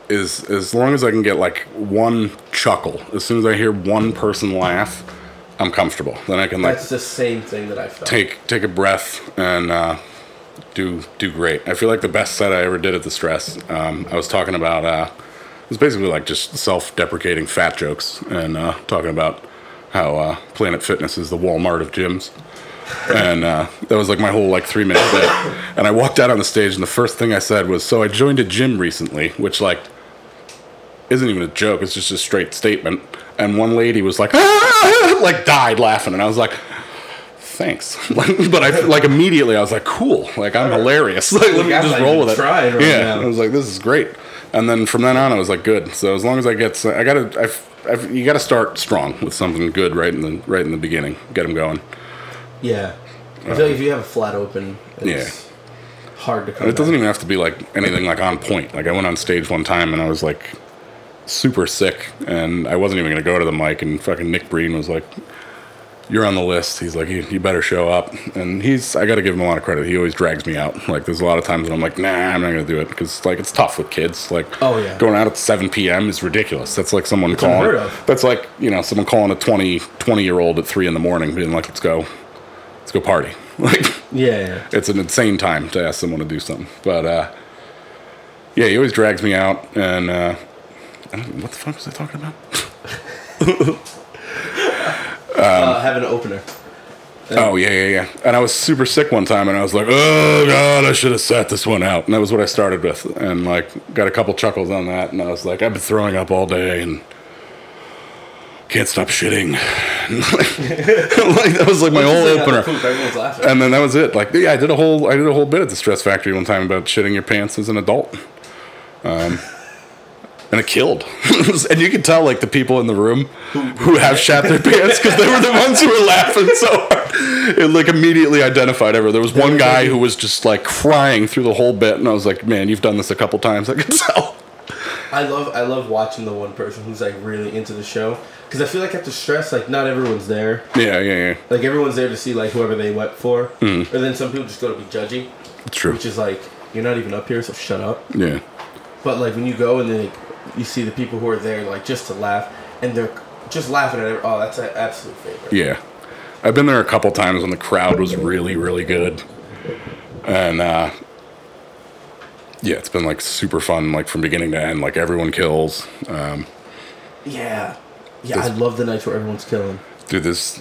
[SPEAKER 3] is as long as I can get like one chuckle. As soon as I hear one person laugh, I'm comfortable. Then I can like
[SPEAKER 2] That's the same thing that I felt.
[SPEAKER 3] take take a breath and uh, do do great. I feel like the best set I ever did at the stress. Um, I was talking about uh, it was basically like just self-deprecating fat jokes and uh, talking about how uh, Planet Fitness is the Walmart of gyms. And uh, that was like my whole like three minute bit. And I walked out on the stage, and the first thing I said was, "So I joined a gym recently," which like isn't even a joke. It's just a straight statement. And one lady was like, "Ah!" like died laughing, and I was like, thanks. but I like immediately I was like, cool. Like I'm hilarious. Like let me
[SPEAKER 2] Like, I
[SPEAKER 3] just
[SPEAKER 2] thought
[SPEAKER 3] roll
[SPEAKER 2] you
[SPEAKER 3] with it.
[SPEAKER 2] tried right
[SPEAKER 3] yeah,
[SPEAKER 2] now.
[SPEAKER 3] I was like, this is great. And then from then on, I was like, good. So as long as I get, some, I gotta, I've, I've, you gotta start strong with something good right in the right in the beginning. Get them going.
[SPEAKER 2] Yeah. I feel like if you have a flat open, it's hard to come
[SPEAKER 3] It doesn't
[SPEAKER 2] back.
[SPEAKER 3] even have to be like anything like on point. Like I went on stage one time and I was like super sick and I wasn't even gonna go to the mic and fucking Nick Breen was like, You're on the list. He's like, You, you better show up and he's I gotta give him a lot of credit. He always drags me out. Like there's a lot of times when I'm like, nah, I'm not gonna do it because like it's tough with kids. Like
[SPEAKER 2] Oh, yeah.
[SPEAKER 3] going out at seven PM is ridiculous. That's like someone
[SPEAKER 2] unheard
[SPEAKER 3] calling
[SPEAKER 2] of.
[SPEAKER 3] that's like, you know, someone calling a 20, 20 year old at three in the morning being like, Let's go let's go party. Like
[SPEAKER 2] Yeah, yeah.
[SPEAKER 3] it's an insane time to ask someone to do something. But uh, yeah, he always drags me out, and uh, I don't, what the fuck was I talking about? Um,
[SPEAKER 2] uh, have an opener.
[SPEAKER 3] Oh yeah, yeah, yeah. And I was super sick one time, and I was like, "Oh God, I should have sat this one out." And that was what I started with, and like got a couple chuckles on that. And I was like, "I've been throwing up all day, and can't stop shitting." like that was like my whole
[SPEAKER 2] Just like out
[SPEAKER 3] opener. Um,
[SPEAKER 2] the poop, everyone's laughing.
[SPEAKER 3] and then that was it. Like, yeah, I did a whole, I did a whole bit at the Stress Factory one time about shitting your pants as an adult, um, and it killed. and you could tell like the people in the room who have shat their pants because they were the ones who were laughing so hard. It like immediately identified everyone. There was one guy who was just like crying through the whole bit, and I was like, man, you've done this a couple times. I could tell.
[SPEAKER 2] I love I love watching the one person who's like really into the show because I feel like at the stress like not everyone's there
[SPEAKER 3] Yeah, yeah, yeah.
[SPEAKER 2] like everyone's there to see like whoever they went for
[SPEAKER 3] Hmm.
[SPEAKER 2] mm. or then some people just go to be judgy
[SPEAKER 3] It's true.
[SPEAKER 2] which is like you're not even up here so shut up
[SPEAKER 3] Yeah.
[SPEAKER 2] but like when you go and then like, you see the people who are there like just to laugh and they're just laughing at it oh that's an absolute favorite
[SPEAKER 3] Yeah. I've been there a couple times when the crowd was really, really good. And uh yeah, it's been like super fun, like from beginning to end, like everyone kills. Um
[SPEAKER 2] yeah yeah I
[SPEAKER 3] This-
[SPEAKER 2] love the nights where everyone's killing
[SPEAKER 3] dude this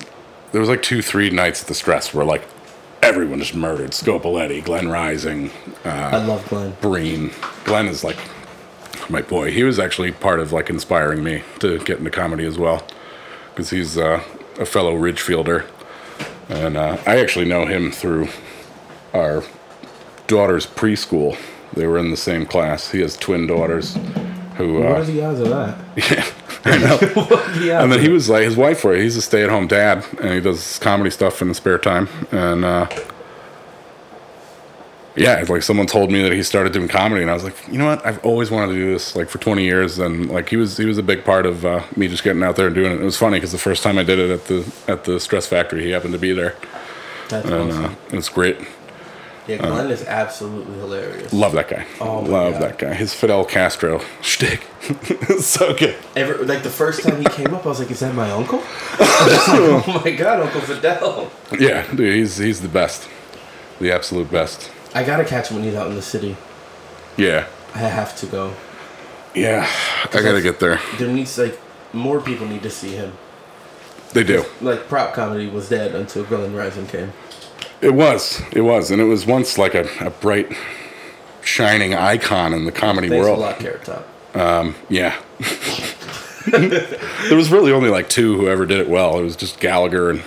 [SPEAKER 3] there was like two, three nights at the stress where like everyone just murdered. Scopoletti, Glenn Rising,
[SPEAKER 2] I love Glenn
[SPEAKER 3] uh, Breen. Glenn is like my boy. He was actually part of like inspiring me to get into comedy as well, because he's uh, a fellow Ridgefielder, and uh, I actually know him through our daughter's preschool. They were in the same class. He has twin daughters, who
[SPEAKER 2] what are
[SPEAKER 3] uh,
[SPEAKER 2] the odds of that
[SPEAKER 3] I know.
[SPEAKER 2] yeah
[SPEAKER 3] And then he was like, his wife, where he's a stay at home dad and he does comedy stuff in his spare time. And, uh, yeah, it's like someone told me that he started doing comedy, and I was like, you know what? I've always wanted to do this, like for 20 years, and like he was he was a big part of uh, me just getting out there and doing it. It was funny because the first time I did it at the at the Stress Factory, he happened to be there,
[SPEAKER 2] that's
[SPEAKER 3] and
[SPEAKER 2] awesome
[SPEAKER 3] uh, it was great.
[SPEAKER 2] yeah Glenn
[SPEAKER 3] Uh,
[SPEAKER 2] is absolutely hilarious
[SPEAKER 3] Love that guy.
[SPEAKER 2] Oh my
[SPEAKER 3] Love
[SPEAKER 2] God.
[SPEAKER 3] that guy. His Fidel Castro shtick, is so good.
[SPEAKER 2] Every, like the first time he came up, I was like, "Is that my uncle?" I was like, oh my god, Uncle Fidel!
[SPEAKER 3] Yeah, dude, he's he's the best, the absolute best.
[SPEAKER 2] I gotta catch him when he's out in the city.
[SPEAKER 3] Yeah.
[SPEAKER 2] I have to go.
[SPEAKER 3] Yeah, I gotta get there.
[SPEAKER 2] There needs like more people need to see him.
[SPEAKER 3] They do.
[SPEAKER 2] Like prop comedy was dead until Glenn Rising came.
[SPEAKER 3] It was. It was, and it was once like a, a bright, shining icon in the comedy
[SPEAKER 2] Thanks
[SPEAKER 3] world. Um,
[SPEAKER 2] a lot, Carrot Top.
[SPEAKER 3] Yeah. there was really only like two who ever did it well. It was just Gallagher and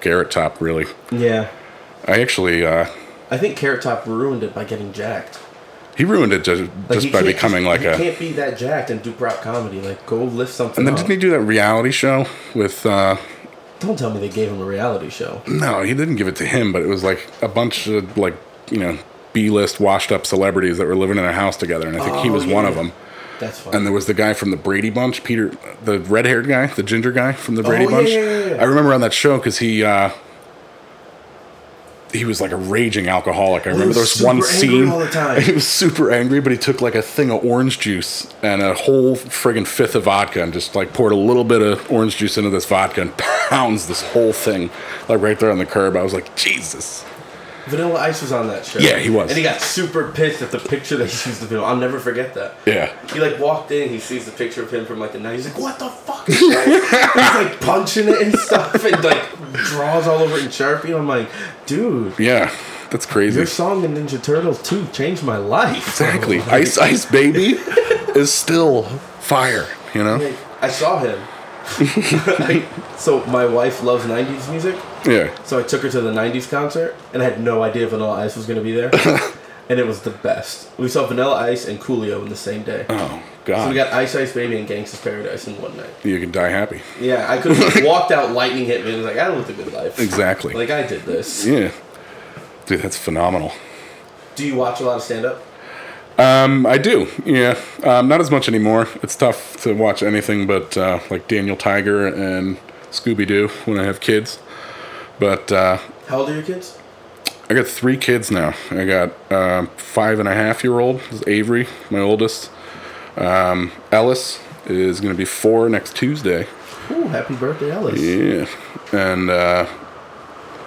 [SPEAKER 3] Garrett Top. Really,
[SPEAKER 2] Yeah,
[SPEAKER 3] I actually uh,
[SPEAKER 2] I think Carrot Top ruined it by getting jacked.
[SPEAKER 3] he ruined it just,
[SPEAKER 2] Like,
[SPEAKER 3] just
[SPEAKER 2] you
[SPEAKER 3] by
[SPEAKER 2] can't-
[SPEAKER 3] becoming like
[SPEAKER 2] you
[SPEAKER 3] a.
[SPEAKER 2] can't be that jacked and do prop comedy. Like go lift something.
[SPEAKER 3] And then
[SPEAKER 2] up.
[SPEAKER 3] didn't he do that reality show with? Uh,
[SPEAKER 2] Don't tell me they gave him a reality show.
[SPEAKER 3] no, he didn't give it to him, but it was like a bunch of like you know B-list washed-up celebrities that were living in a house together, and I think he
[SPEAKER 2] Oh,
[SPEAKER 3] was one
[SPEAKER 2] yeah.
[SPEAKER 3] of them.
[SPEAKER 2] That's fine.
[SPEAKER 3] and there was the guy from the Brady Bunch, Peter, the red-haired guy, the ginger guy from the Brady
[SPEAKER 2] Oh, yeah,
[SPEAKER 3] Bunch.
[SPEAKER 2] yeah, yeah, yeah.
[SPEAKER 3] I remember on that show because he uh, he was like a raging alcoholic. I remember
[SPEAKER 2] was
[SPEAKER 3] there was one
[SPEAKER 2] super angry
[SPEAKER 3] scene.
[SPEAKER 2] all the time.
[SPEAKER 3] He was super angry, but he took like a thing of orange juice and a whole friggin' fifth of vodka and just like poured a little bit of orange juice into this vodka and pounds this whole thing like right there on the curb. I was like, Jesus.
[SPEAKER 2] Vanilla Ice was on that show.
[SPEAKER 3] Yeah, he was.
[SPEAKER 2] And he got super pissed at the picture that he used of him. I'll never forget that.
[SPEAKER 3] Yeah.
[SPEAKER 2] He like walked in, he sees the picture of him from like the night. He's like, "What the fuck?" Is that?" he's like punching it and stuff, and like draws all over it in sharpie. I'm like, dude,
[SPEAKER 3] Yeah. That's crazy.
[SPEAKER 2] your song in Ninja Turtles 2 changed my life.
[SPEAKER 3] Exactly.
[SPEAKER 2] Like,
[SPEAKER 3] Ice Ice Baby is still fire, you know?
[SPEAKER 2] like, I saw him. Like, so my wife loves '90s music.
[SPEAKER 3] Yeah.
[SPEAKER 2] So I took her to the 90s concert, and I had no idea Vanilla Ice was going to be there. and it was the best. We saw Vanilla Ice and Coolio in the same day.
[SPEAKER 3] Oh,
[SPEAKER 2] So
[SPEAKER 3] God.
[SPEAKER 2] we got Ice Ice Baby and Gangsta's Paradise in one night.
[SPEAKER 3] you can die happy.
[SPEAKER 2] Yeah, I could have walked out, lightning hit me, and was like, I lived a good life.
[SPEAKER 3] Exactly.
[SPEAKER 2] Like, I did this.
[SPEAKER 3] yeah. Dude, that's phenomenal.
[SPEAKER 2] Do you watch a lot of stand up?
[SPEAKER 3] Um, I do, yeah. Um, not as much anymore. It's tough to watch anything but uh, like Daniel Tiger and Scooby Doo when I have kids. But uh,
[SPEAKER 2] How old are your kids?
[SPEAKER 3] I got three kids now. I got uh, five and a half year old is Avery, my oldest. Um, Ellis is going to be four next Tuesday.
[SPEAKER 2] Ooh, happy birthday, Alice.
[SPEAKER 3] Yeah, and uh,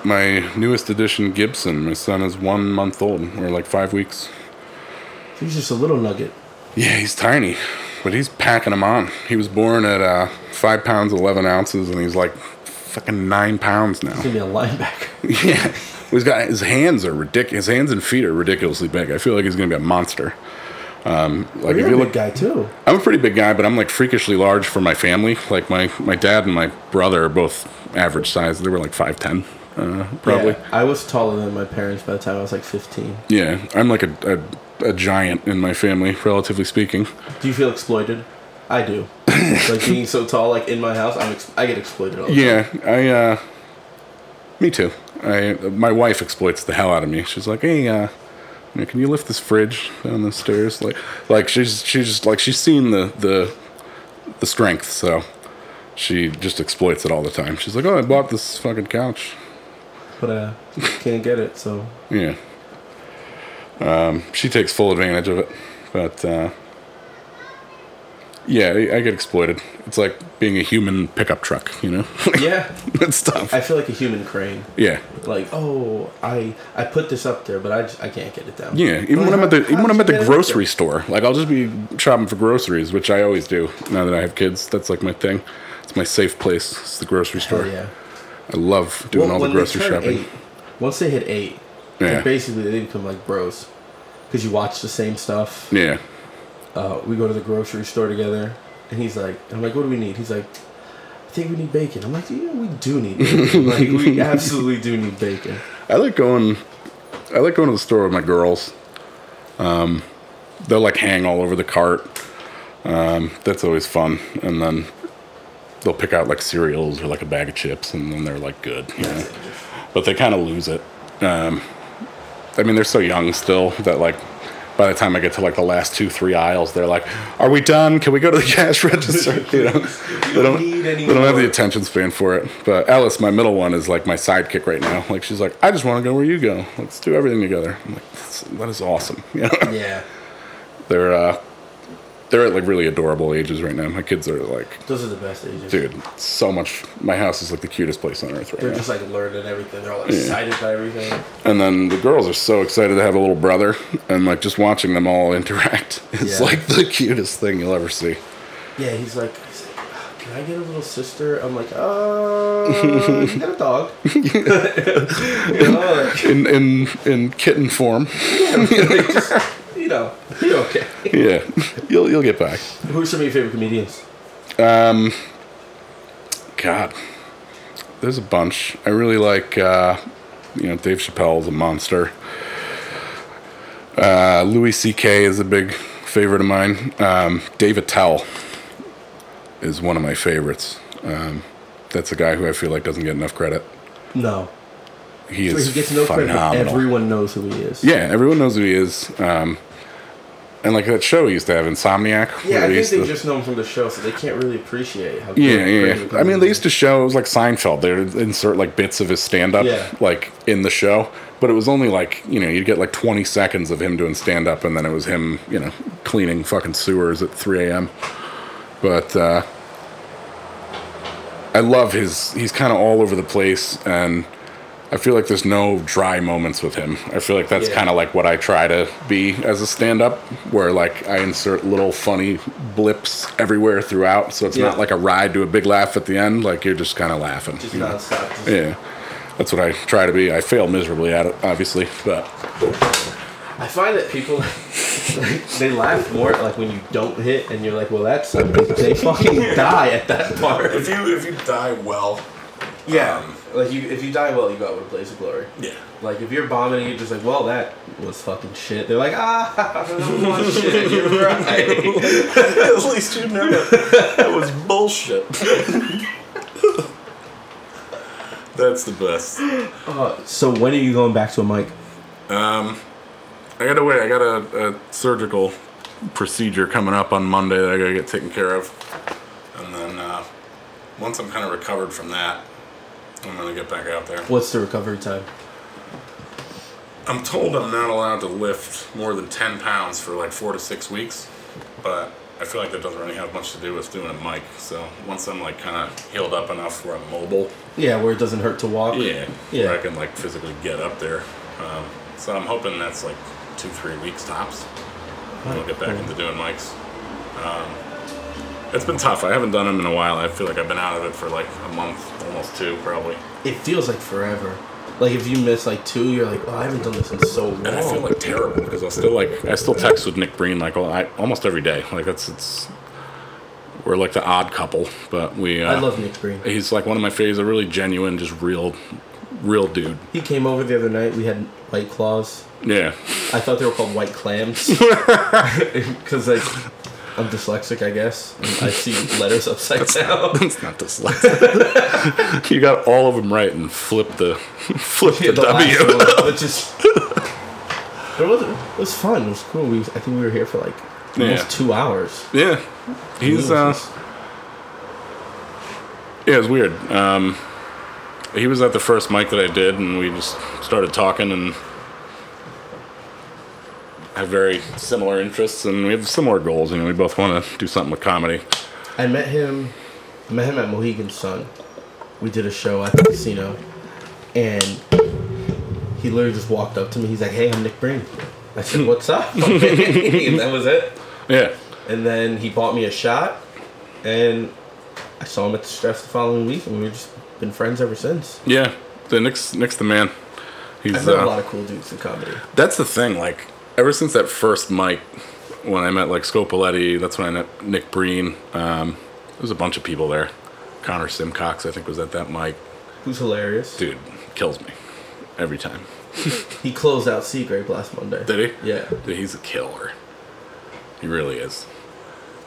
[SPEAKER 3] my newest addition, Gibson. My son is one month old, or like five weeks.
[SPEAKER 2] He's just a little nugget.
[SPEAKER 3] Yeah, he's tiny, but he's packing them on. He was born at uh, five pounds eleven ounces, and he's like fucking nine pounds now.
[SPEAKER 2] He's going to be a linebacker.
[SPEAKER 3] yeah, he's got his hands are ridiculous. His hands and feet are ridiculously big. I feel like he's gonna be a monster. Um, like
[SPEAKER 2] You're
[SPEAKER 3] if
[SPEAKER 2] a
[SPEAKER 3] you
[SPEAKER 2] big
[SPEAKER 3] look,
[SPEAKER 2] guy, too.
[SPEAKER 3] I'm a pretty big guy, but I'm like freakishly large for my family. Like my my dad and my brother are both average size. They were like five ten, uh, probably.
[SPEAKER 2] Yeah, I was taller than my parents by the time I was like 15.
[SPEAKER 3] Yeah, I'm like a, a, a giant in my family, relatively speaking.
[SPEAKER 2] Do you feel exploited? I do. like being so tall, like in my house, I'm ex- I get exploited. All the
[SPEAKER 3] Yeah, I. uh Me too. I my wife exploits the hell out of me. She's like, hey. uh you know, can you lift this fridge down the stairs? Like, like she's she's just like she's seen the the the strength, so she just exploits it all the time. She's like, oh, I bought this fucking couch.
[SPEAKER 2] time, but uh, can't get it. So
[SPEAKER 3] Yeah. Um, she takes full advantage of it, but uh, yeah, I I get exploited. It's like being a human pickup truck, you know.
[SPEAKER 2] yeah,
[SPEAKER 3] it's tough.
[SPEAKER 2] I feel like a human crane.
[SPEAKER 3] yeah,
[SPEAKER 2] Like, oh, I I put this up there, but I, just, I can't get it down.
[SPEAKER 3] yeah. Even when I'm at the even when I'm at the grocery store, like I'll just be shopping for groceries, which I always do now that I have kids. That's like my thing. It's my safe place. It's the grocery store.
[SPEAKER 2] Oh, yeah.
[SPEAKER 3] I love doing
[SPEAKER 2] Well,
[SPEAKER 3] all the
[SPEAKER 2] when they
[SPEAKER 3] grocery
[SPEAKER 2] turn
[SPEAKER 3] shopping.
[SPEAKER 2] eight- once they hit eight,
[SPEAKER 3] Yeah.
[SPEAKER 2] like, basically they become like bros, because you watch the same stuff.
[SPEAKER 3] Yeah,
[SPEAKER 2] Uh, we go to the grocery store together, and he's like, I'm like, what do we need? He's like, I think we need bacon. I'm like, yeah, we do need bacon. like, we absolutely do need bacon.
[SPEAKER 3] I like going. I like going to the store with my girls. Um, they'll like hang all over the cart. Um, that's always fun. And then they'll pick out like cereals or like a bag of chips, and then they're like good. You know? But they kind of lose it. Um, I mean, they're so young still that like. By the time I get to like the last two, three aisles, they're like, "Are we done? Can we go to the cash register?" You know, they don't,
[SPEAKER 2] need any
[SPEAKER 3] they don't have the
[SPEAKER 2] more.
[SPEAKER 3] attention span for it. But Alice, my middle one, is like my sidekick right now. Like she's like, "I just want to go where you go. Let's do everything together." I'm like, "That's- "That is awesome." You know?
[SPEAKER 2] Yeah.
[SPEAKER 3] they're uh, they're at like really adorable ages right now. My kids are like,
[SPEAKER 2] Those are the best ages.
[SPEAKER 3] dude, so much. My house is like the cutest place on earth right
[SPEAKER 2] They're
[SPEAKER 3] now.
[SPEAKER 2] just like learning everything. They're all excited by everything.
[SPEAKER 3] And then the girls are so excited to have a little brother, and like just watching them all interact is
[SPEAKER 2] Yeah.
[SPEAKER 3] like the cutest thing you'll ever see.
[SPEAKER 2] Yeah, he's like, he's like, "Ah, can I get a little sister? I'm like, uh, you got a dog. you know, like,
[SPEAKER 3] In in in kitten form,
[SPEAKER 2] you know, you're okay.
[SPEAKER 3] yeah, you'll you'll get back.
[SPEAKER 2] Who are some of your favorite comedians?
[SPEAKER 3] God, there's a bunch. I really like, uh, you know, Dave Chappelle's a monster. Uh, Louis C.K. is a big favorite of mine. Um, Dave Attell is one of my favorites. Um, that's a guy who I feel like doesn't get enough credit.
[SPEAKER 2] No.
[SPEAKER 3] He
[SPEAKER 2] But
[SPEAKER 3] is
[SPEAKER 2] he gets no credit.
[SPEAKER 3] phenomenal.
[SPEAKER 2] but Everyone knows who he is.
[SPEAKER 3] yeah, everyone knows who he is. Um, And like that show he used to have, Insomniac.
[SPEAKER 2] Yeah,
[SPEAKER 3] where
[SPEAKER 2] I
[SPEAKER 3] he
[SPEAKER 2] think
[SPEAKER 3] used
[SPEAKER 2] they
[SPEAKER 3] to-
[SPEAKER 2] just know him from the show, so they can't really appreciate how. good
[SPEAKER 3] Yeah,
[SPEAKER 2] Craig
[SPEAKER 3] yeah.
[SPEAKER 2] McClure
[SPEAKER 3] I mean, they
[SPEAKER 2] is.
[SPEAKER 3] used to show it was like Seinfeld. They'd insert like bits of his stand up,
[SPEAKER 2] Yeah.
[SPEAKER 3] like in the show, but it was only like you know you'd get like twenty seconds of him doing stand up, and then it was him you know cleaning fucking sewers at three a.m. But uh, I love his. He's kind of all over the place, and I feel like there's no dry moments with him. I feel like that's
[SPEAKER 2] Yeah.
[SPEAKER 3] kind of like what I try to be as a stand up, where like I insert little funny blips everywhere throughout. So it's
[SPEAKER 2] Yeah.
[SPEAKER 3] not like a ride to a big laugh at the end. Like you're just kind of laughing.
[SPEAKER 2] just
[SPEAKER 3] you know?
[SPEAKER 2] nonstop. Just,
[SPEAKER 3] Yeah. That's what I try to be. I fail miserably at it, obviously, but
[SPEAKER 2] I find that people like, they laugh more like when you don't hit, and you're like, "Well, that's something." They fucking die at that part.
[SPEAKER 4] If you if you die well,
[SPEAKER 2] Yeah, like you, if you die well, you go out with a blaze of glory.
[SPEAKER 4] yeah.
[SPEAKER 2] Like if you're vomiting, you're just like, "Well, that was fucking shit." They're like, "Ah, that was shit." You're right.
[SPEAKER 4] At least you know that, that was bullshit. That's the best.
[SPEAKER 2] Uh, so when are you going back to a mic?
[SPEAKER 3] I gotta wait. I got a, a surgical procedure coming up on Monday that I gotta get taken care of, and then uh, once I'm kind of recovered from that, I'm gonna get back out there.
[SPEAKER 2] What's the recovery time?
[SPEAKER 3] I'm told I'm not allowed to lift more than 10 pounds for like four to six weeks, but I feel like that doesn't really have much to do with doing a mic. So once I'm like kind of healed up enough where I'm mobile,
[SPEAKER 2] Yeah, where it doesn't hurt to walk.
[SPEAKER 3] yeah,
[SPEAKER 2] Yeah.
[SPEAKER 3] where I can like physically get up there. Um, so I'm hoping that's like two, three weeks tops. And I'll get back into doing mics. Um, it's been tough. I haven't done them in a while. I feel like I've been out of it for like a month, almost two, probably.
[SPEAKER 2] It feels like forever. Like if you miss like two, you're like, "Oh, I haven't done this in so long."
[SPEAKER 3] And I feel like terrible because I still like I still text with Nick Breen like all, I, almost every day. Like that's it's we're like the odd couple, but we. Uh,
[SPEAKER 2] I love Nick Green.
[SPEAKER 3] He's like one of my faves. A really genuine, just real, real dude.
[SPEAKER 2] He came over the other night. We had white claws.
[SPEAKER 3] Yeah,
[SPEAKER 2] I thought they were called white clams because like I'm dyslexic, I guess. and I see letters upside down.
[SPEAKER 3] it's not dyslexic. you got all of them right and flip the flip the, W.
[SPEAKER 2] last one, which is. It was, it was fun. It was cool. We, I think we were here for like almost
[SPEAKER 3] Yeah.
[SPEAKER 2] two hours.
[SPEAKER 3] yeah, he's
[SPEAKER 2] It
[SPEAKER 3] uh,
[SPEAKER 2] was just-
[SPEAKER 3] yeah, it's weird. Um, he was at the first mic that I did, and we just started talking and have very similar interests, and we have similar goals. You know, we both want to do something with comedy.
[SPEAKER 2] I met him. I met him at Mohegan Sun. We did a show at the casino, and he literally just walked up to me. He's like, "Hey, I'm Nick Breen." I said, "What's up?" and that was it.
[SPEAKER 3] Yeah,
[SPEAKER 2] And then he bought me a shot, and I saw him at the stress the following week, and we've just been friends ever since.
[SPEAKER 3] yeah. The Nick's Nick's the man.
[SPEAKER 2] I've
[SPEAKER 3] He's
[SPEAKER 2] met a
[SPEAKER 3] uh,
[SPEAKER 2] lot of cool dudes in comedy.
[SPEAKER 3] That's the thing. Like ever since that first mic, when I met like Scopoletti, that's when I met Nick Breen. Um, there was a bunch of people there. Connor Simcox, I think, was at that mic.
[SPEAKER 2] Who's hilarious?
[SPEAKER 3] Dude, kills me every time.
[SPEAKER 2] He closed out Sea Grape last Monday.
[SPEAKER 3] Did he?
[SPEAKER 2] Yeah.
[SPEAKER 3] Dude, he's a killer. He really is.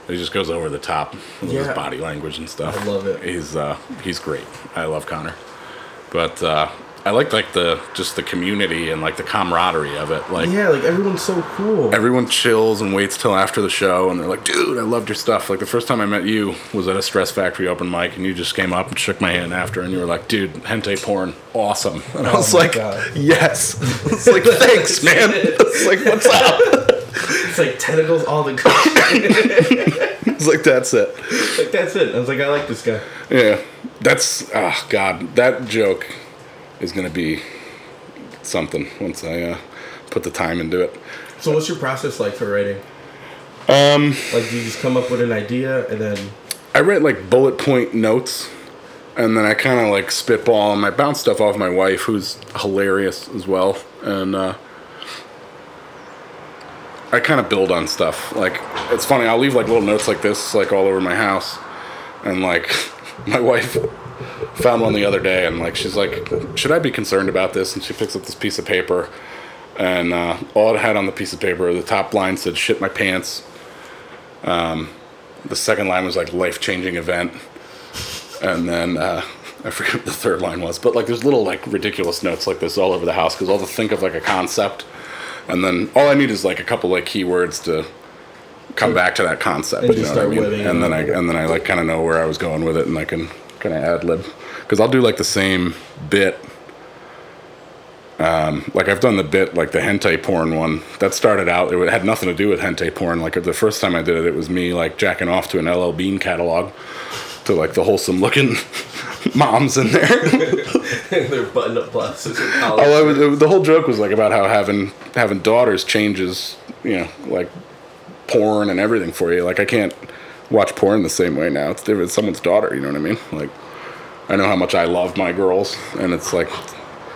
[SPEAKER 3] He just goes over the top with his
[SPEAKER 2] Yeah.
[SPEAKER 3] body language and stuff.
[SPEAKER 2] I love it.
[SPEAKER 3] He's uh, he's great. I love Connor, but uh, I like like the just the community and like the camaraderie of it. Like
[SPEAKER 2] Yeah, like everyone's so cool.
[SPEAKER 3] everyone chills and waits till after the show and they're like dude i loved your stuff like the first time i met you was at a stress factory open mic and you just came up and shook my hand after and you were like dude hentai porn awesome and i was
[SPEAKER 2] Oh my
[SPEAKER 3] like
[SPEAKER 2] God.
[SPEAKER 3] yes it's like thanks man it's like what's up
[SPEAKER 2] It's like tentacles all the time.
[SPEAKER 3] it's like that's it
[SPEAKER 2] like that's it. I was like, I like this guy.
[SPEAKER 3] yeah that's oh god that joke is gonna be something once i uh, put the time into it
[SPEAKER 2] So what's your process like for writing? Um, like do you just come up with an idea and then
[SPEAKER 3] I write like bullet point notes, and then I kind of like spitball and I bounce stuff off my wife, who's hilarious as well, and uh, I kind of build on stuff. Like it's funny, I'll leave like little notes like this like all over my house, and like my wife found one the other day, and like she's like, "Should I be concerned about this?" And she picks up this piece of paper, and uh, all it had on the piece of paper, the top line said, "Shit my pants." The second line was like life changing event, and then uh, I forget what the third line was. But like, there's little like ridiculous notes like this all over the house because I'll just think of like a concept, and then all I need is like a couple like keywords to come back to that concept.
[SPEAKER 2] And
[SPEAKER 3] you
[SPEAKER 2] just
[SPEAKER 3] know what I
[SPEAKER 2] start
[SPEAKER 3] mean?
[SPEAKER 2] webbing
[SPEAKER 3] And then I
[SPEAKER 2] and-
[SPEAKER 3] and then I like kind of know where I was going with it, and I can kind of ad lib because I'll do like the same bit. Um, like I've done the bit like the hentai porn one that started out it had nothing to do with hentai porn. Like the first time I did it, it was me like jacking off to an LL Bean catalog to like the wholesome looking moms in there.
[SPEAKER 2] They're button up blouses.
[SPEAKER 3] Oh, I was, it was- the whole joke was like about how having having daughters changes, you know, like porn and everything for you. Like I can't watch porn the same way now. It's different. It's someone's daughter. You know what I mean? Like I know how much I love my girls, and it's like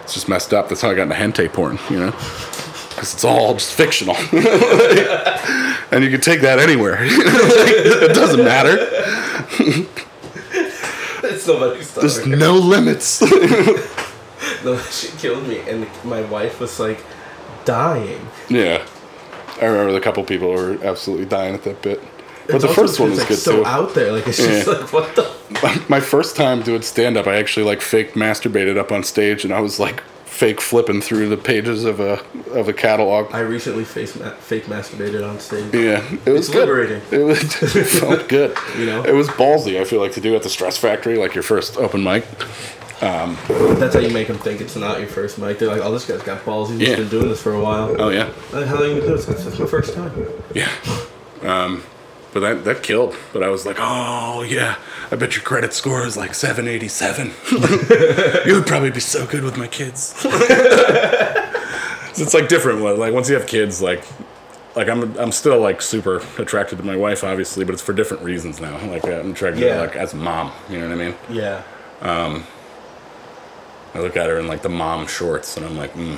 [SPEAKER 3] it's just messed up. That's how I got into hentai porn. You know, because it's all just fictional, and you can take that anywhere. it doesn't matter.
[SPEAKER 2] That's nobody's
[SPEAKER 3] There's
[SPEAKER 2] daughter.
[SPEAKER 3] no limits.
[SPEAKER 2] No, she killed me, and my wife was like dying.
[SPEAKER 3] Yeah. I remember the couple people were absolutely dying at that bit. But
[SPEAKER 2] It's
[SPEAKER 3] the
[SPEAKER 2] also
[SPEAKER 3] first one
[SPEAKER 2] because
[SPEAKER 3] was
[SPEAKER 2] it's,
[SPEAKER 3] good
[SPEAKER 2] so out there, like it's just
[SPEAKER 3] Yeah.
[SPEAKER 2] like what the.
[SPEAKER 3] too. My first time doing stand up, I actually like fake masturbated up on stage and I was like fake flipping through the pages of a of a catalog.
[SPEAKER 2] I recently face ma- fake masturbated on stage.
[SPEAKER 3] Yeah, it was
[SPEAKER 2] It's
[SPEAKER 3] good.
[SPEAKER 2] liberating.
[SPEAKER 3] It, was, it felt good.
[SPEAKER 2] You know?
[SPEAKER 3] it was ballsy. I feel like to do at the Stress Factory, like your first open mic.
[SPEAKER 2] That's how you make them think it's not your first mic. They're like, "Oh, this guy's got balls. He's
[SPEAKER 3] Yeah.
[SPEAKER 2] just been doing this for a while."
[SPEAKER 3] Oh yeah,
[SPEAKER 2] Like, how long you been doing this? That's just my first time.
[SPEAKER 3] yeah. Um, but that that killed. But I was like, oh yeah, I bet your credit score is like 787. you would probably be so good with my kids. so it's like different. When, like once you have kids, like like I'm I'm still like super attracted to my wife, obviously, but it's for different reasons now. Like I'm attracted to
[SPEAKER 2] Yeah.
[SPEAKER 3] her, like as a mom. You know what I mean?
[SPEAKER 2] Yeah.
[SPEAKER 3] I look at her in like the mom shorts, and I'm like, mm,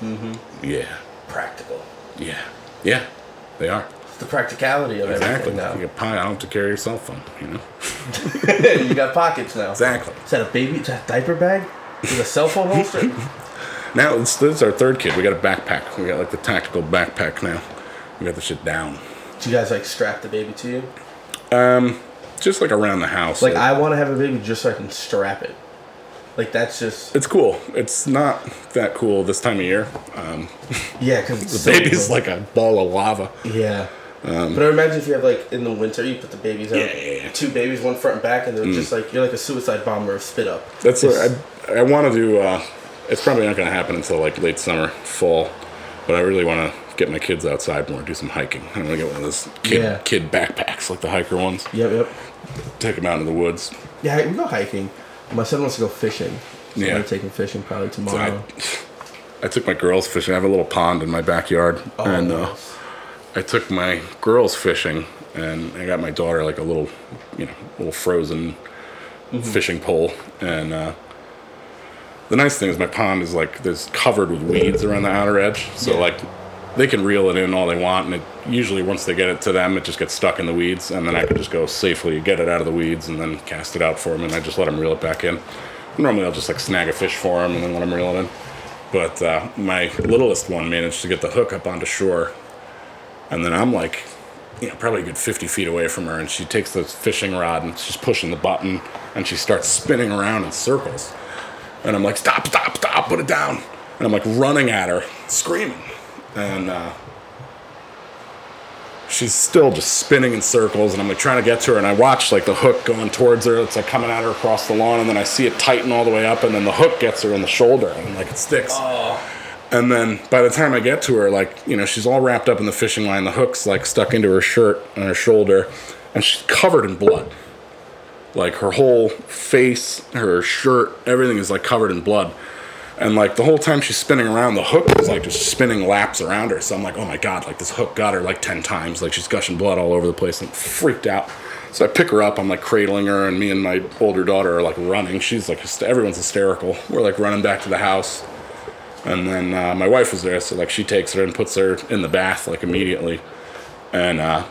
[SPEAKER 2] Mm-hmm.
[SPEAKER 3] yeah,
[SPEAKER 2] Practical.
[SPEAKER 3] yeah, yeah. They are.
[SPEAKER 2] It's the practicality of
[SPEAKER 3] Exactly.
[SPEAKER 2] everything now.
[SPEAKER 3] You get pie. I don't have to carry your cell phone. You know.
[SPEAKER 2] you got pockets now.
[SPEAKER 3] Exactly.
[SPEAKER 2] Is that a baby? Is that a diaper bag? Is it a cell phone holster?
[SPEAKER 3] Now this, this is our third kid. We got a backpack. We got like the tactical backpack now. We got the shit down.
[SPEAKER 2] Do you guys like strap the baby to you?
[SPEAKER 3] Just like around the house.
[SPEAKER 2] Like I want to have a baby just so I can strap it. Like that's just
[SPEAKER 3] it's cool. It's not that cool this time of year. Um,
[SPEAKER 2] yeah, because it's so
[SPEAKER 3] baby's like a ball of lava.
[SPEAKER 2] yeah. but I imagine if you have like in the winter, you put the babies out,
[SPEAKER 3] Yeah, yeah, Mm. yeah.
[SPEAKER 2] two babies, one front and back, and they're just like you're like a suicide bomber of spit up.
[SPEAKER 3] That's what I, I want to do. Uh, it's probably not going to happen until like late summer, fall. But I really want to get my kids outside more, do some hiking. I'm going to get one of those kid,
[SPEAKER 2] Yeah.
[SPEAKER 3] kid backpacks, like the hiker ones.
[SPEAKER 2] Yep, yep.
[SPEAKER 3] Take them out in the woods.
[SPEAKER 2] Yeah, we go hiking. My son wants to go fishing. So
[SPEAKER 3] Yeah.
[SPEAKER 2] we're taking fishing probably
[SPEAKER 3] So
[SPEAKER 2] tomorrow.
[SPEAKER 3] I, I took my girls fishing. I have a little pond in my backyard,
[SPEAKER 2] Oh,
[SPEAKER 3] and uh,
[SPEAKER 2] nice.
[SPEAKER 3] I took my girls fishing, and I got my daughter like a little, you know, little frozen fishing pole. And uh, the nice thing is my pond is like there's covered with weeds around the outer edge, so
[SPEAKER 2] Yeah.
[SPEAKER 3] like they can reel it in all they want, and it usually once they get it to them, it just gets stuck in the weeds, and then I can just go safely get it out of the weeds and then cast it out for them, and I just let them reel it back in. Normally I'll just like snag a fish for them and then let them reel it in. But uh, my littlest one managed to get the hook up onto shore and then I'm like, you know, probably a good 50 feet away from her. And she takes the fishing rod and she's pushing the button and she starts spinning around in circles. And I'm like, stop, stop, stop, put it down. And I'm like running at her, screaming. And uh, she's still just spinning in circles. And I'm like trying to get to her. And I watch like the hook going towards her. It's like coming at her across the lawn. And then I see it tighten all the way up. And then the hook gets her in the shoulder. And like it sticks. And then by the time I get to her, like, you know, she's all wrapped up in the fishing line. The hook's like stuck into her shirt and her shoulder, and she's covered in blood. Like her whole face, her shirt, everything is like covered in blood. And like the whole time she's spinning around, the hook is like just spinning laps around her. So I'm like, oh my god, like this hook got her like ten times. Like she's gushing blood all over the place. I'm freaked out. So I pick her up. I'm like cradling her, and me and my older daughter are like running. She's like, hyster- everyone's hysterical. We're like running back to the house. And then uh, my wife was there, so like she takes her and puts her in the bath like immediately, and uh,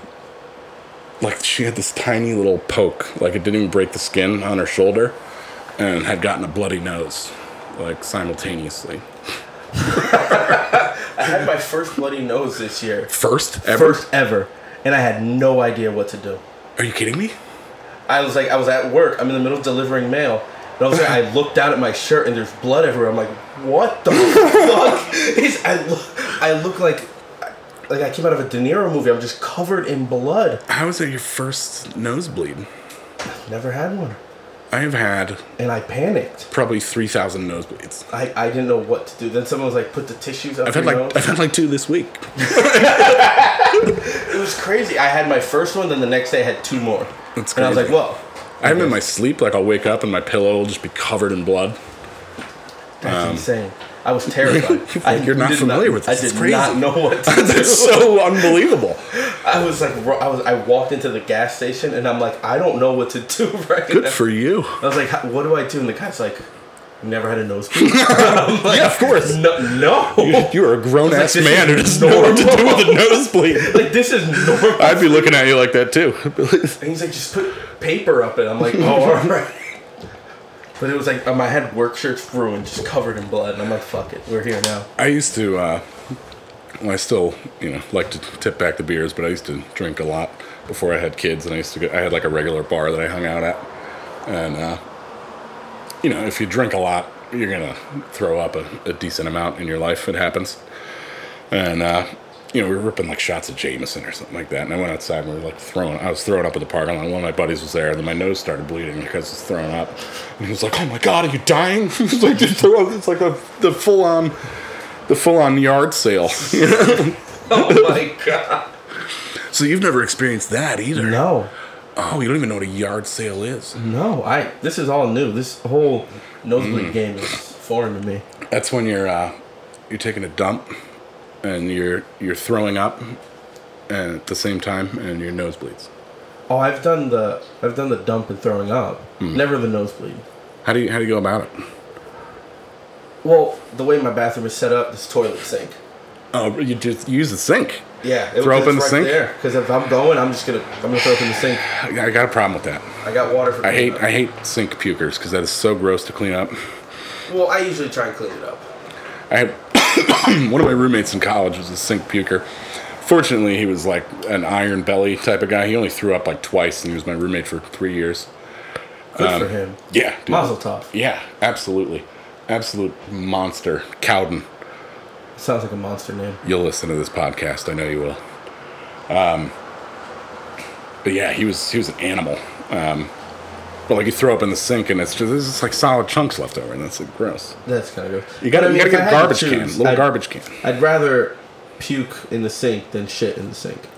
[SPEAKER 3] like she had this tiny little poke, like it didn't even break the skin on her shoulder, and had gotten a bloody nose, like simultaneously.
[SPEAKER 2] I had my first bloody nose this year,
[SPEAKER 3] First ever?
[SPEAKER 2] first ever, and I had no idea what to do.
[SPEAKER 3] Are you kidding me?
[SPEAKER 2] I was like, I was at work. I'm in the middle of delivering mail. And I was like, I looked down at my shirt and there's blood everywhere. I'm like, what the fuck? Is, I, look, I look like like I came out of a De Niro movie. I'm just covered in blood.
[SPEAKER 3] How is that your first nosebleed?
[SPEAKER 2] Never had one,
[SPEAKER 3] I have had
[SPEAKER 2] and I panicked.
[SPEAKER 3] probably three thousand nosebleeds.
[SPEAKER 2] I, I didn't know what to do. Then someone was like, "Put the tissues up
[SPEAKER 3] I've had
[SPEAKER 2] your
[SPEAKER 3] like
[SPEAKER 2] nose."
[SPEAKER 3] I've had like two this week.
[SPEAKER 2] It was crazy. I had my first one, then the next day I had two more.
[SPEAKER 3] That's
[SPEAKER 2] and I was like,
[SPEAKER 3] crazy.
[SPEAKER 2] "Whoa,
[SPEAKER 3] I have them in my sleep. Like I'll wake up and my pillow will just be covered in blood.
[SPEAKER 2] that's insane." I was terrified. I
[SPEAKER 3] Um, You're not
[SPEAKER 2] did
[SPEAKER 3] familiar with this.
[SPEAKER 2] I did
[SPEAKER 3] It's crazy.
[SPEAKER 2] not know what to do.
[SPEAKER 3] That's so unbelievable.
[SPEAKER 2] I was like, ro- I was. I walked into the gas station, and I'm like, I don't know what to do right now.
[SPEAKER 3] Good for you.
[SPEAKER 2] I was like, "How- what do I do? And the guy's like, you never had a nosebleed?
[SPEAKER 3] yeah, of course.
[SPEAKER 2] no, no.
[SPEAKER 3] You are a grown
[SPEAKER 2] like,
[SPEAKER 3] ass
[SPEAKER 2] this
[SPEAKER 3] man who
[SPEAKER 2] is
[SPEAKER 3] doesn't know what to do
[SPEAKER 2] normal.
[SPEAKER 3] with a nosebleed.
[SPEAKER 2] like this is normal.
[SPEAKER 3] I'd be looking at you like that too.
[SPEAKER 2] And he's like, just put paper up it. I'm like, oh, all right. But it was like, on my head, work shirts ruined, just covered in blood. And I'm like, fuck it, we're here now.
[SPEAKER 3] I used to, uh, well, I still, you know, like to tip back the beers, but I used to drink a lot before I had kids, and I used to go, I had like a regular bar that I hung out at, and uh, you know, if you drink a lot, you're gonna throw up a, a decent amount in your life. It happens, and uh, you know, we were ripping like shots of Jameson or something like that, and I went outside and we were like throwing. I was throwing up at the parking lot. One of my buddies was there, and then my nose started bleeding because it's thrown up, and he was like, "Oh my god, are you dying?" He was like, "Just throw up." It's like a, the full on the full on yard sale.
[SPEAKER 2] Oh my god.
[SPEAKER 3] so you've never experienced that either.
[SPEAKER 2] No,
[SPEAKER 3] Oh, you don't even know what a yard sale is.
[SPEAKER 2] no, I. This is all new. This whole nosebleed game is foreign to me.
[SPEAKER 3] That's when you're uh, you're taking a dump and you're you're throwing up and at the same time and your nose bleeds.
[SPEAKER 2] Oh, I've done the, I've done the dump and throwing up.
[SPEAKER 3] Mm.
[SPEAKER 2] Never the nosebleed.
[SPEAKER 3] How do you how do you go about it?
[SPEAKER 2] Well, the way my bathroom is set up, this toilet sink.
[SPEAKER 3] Oh, you just use the sink.
[SPEAKER 2] Yeah, it,
[SPEAKER 3] Throw up
[SPEAKER 2] it's
[SPEAKER 3] in the
[SPEAKER 2] right
[SPEAKER 3] sink?
[SPEAKER 2] there. Because if I'm going, I'm just gonna, I'm gonna throw up in the sink.
[SPEAKER 3] I, I got a problem with that.
[SPEAKER 2] I got water for.
[SPEAKER 3] I hate
[SPEAKER 2] cleanup.
[SPEAKER 3] I hate sink pukers because that is so gross to clean up.
[SPEAKER 2] Well, I usually try and clean it up.
[SPEAKER 3] I had one of my roommates in college was a sink puker. Fortunately, he was like an iron belly type of guy. He only threw up like twice, and he was my roommate for three years.
[SPEAKER 2] Good for him.
[SPEAKER 3] Um, Yeah, dude.
[SPEAKER 2] Mazel tov.
[SPEAKER 3] Yeah, absolutely, absolute monster, Cowden.
[SPEAKER 2] Sounds like a monster name.
[SPEAKER 3] You'll listen to this podcast. I know you will. Um, but yeah, he was he was an animal. Um, but like you throw up in the sink, and it's just there's just like solid chunks left over, and that's like gross.
[SPEAKER 2] That's kind of good.
[SPEAKER 3] You
[SPEAKER 2] But I
[SPEAKER 3] gotta,
[SPEAKER 2] mean,
[SPEAKER 3] you
[SPEAKER 2] if I
[SPEAKER 3] gotta get a
[SPEAKER 2] had to
[SPEAKER 3] garbage can,
[SPEAKER 2] choose,
[SPEAKER 3] little
[SPEAKER 2] I'd-
[SPEAKER 3] garbage can.
[SPEAKER 2] I'd rather puke in the sink than shit in the sink.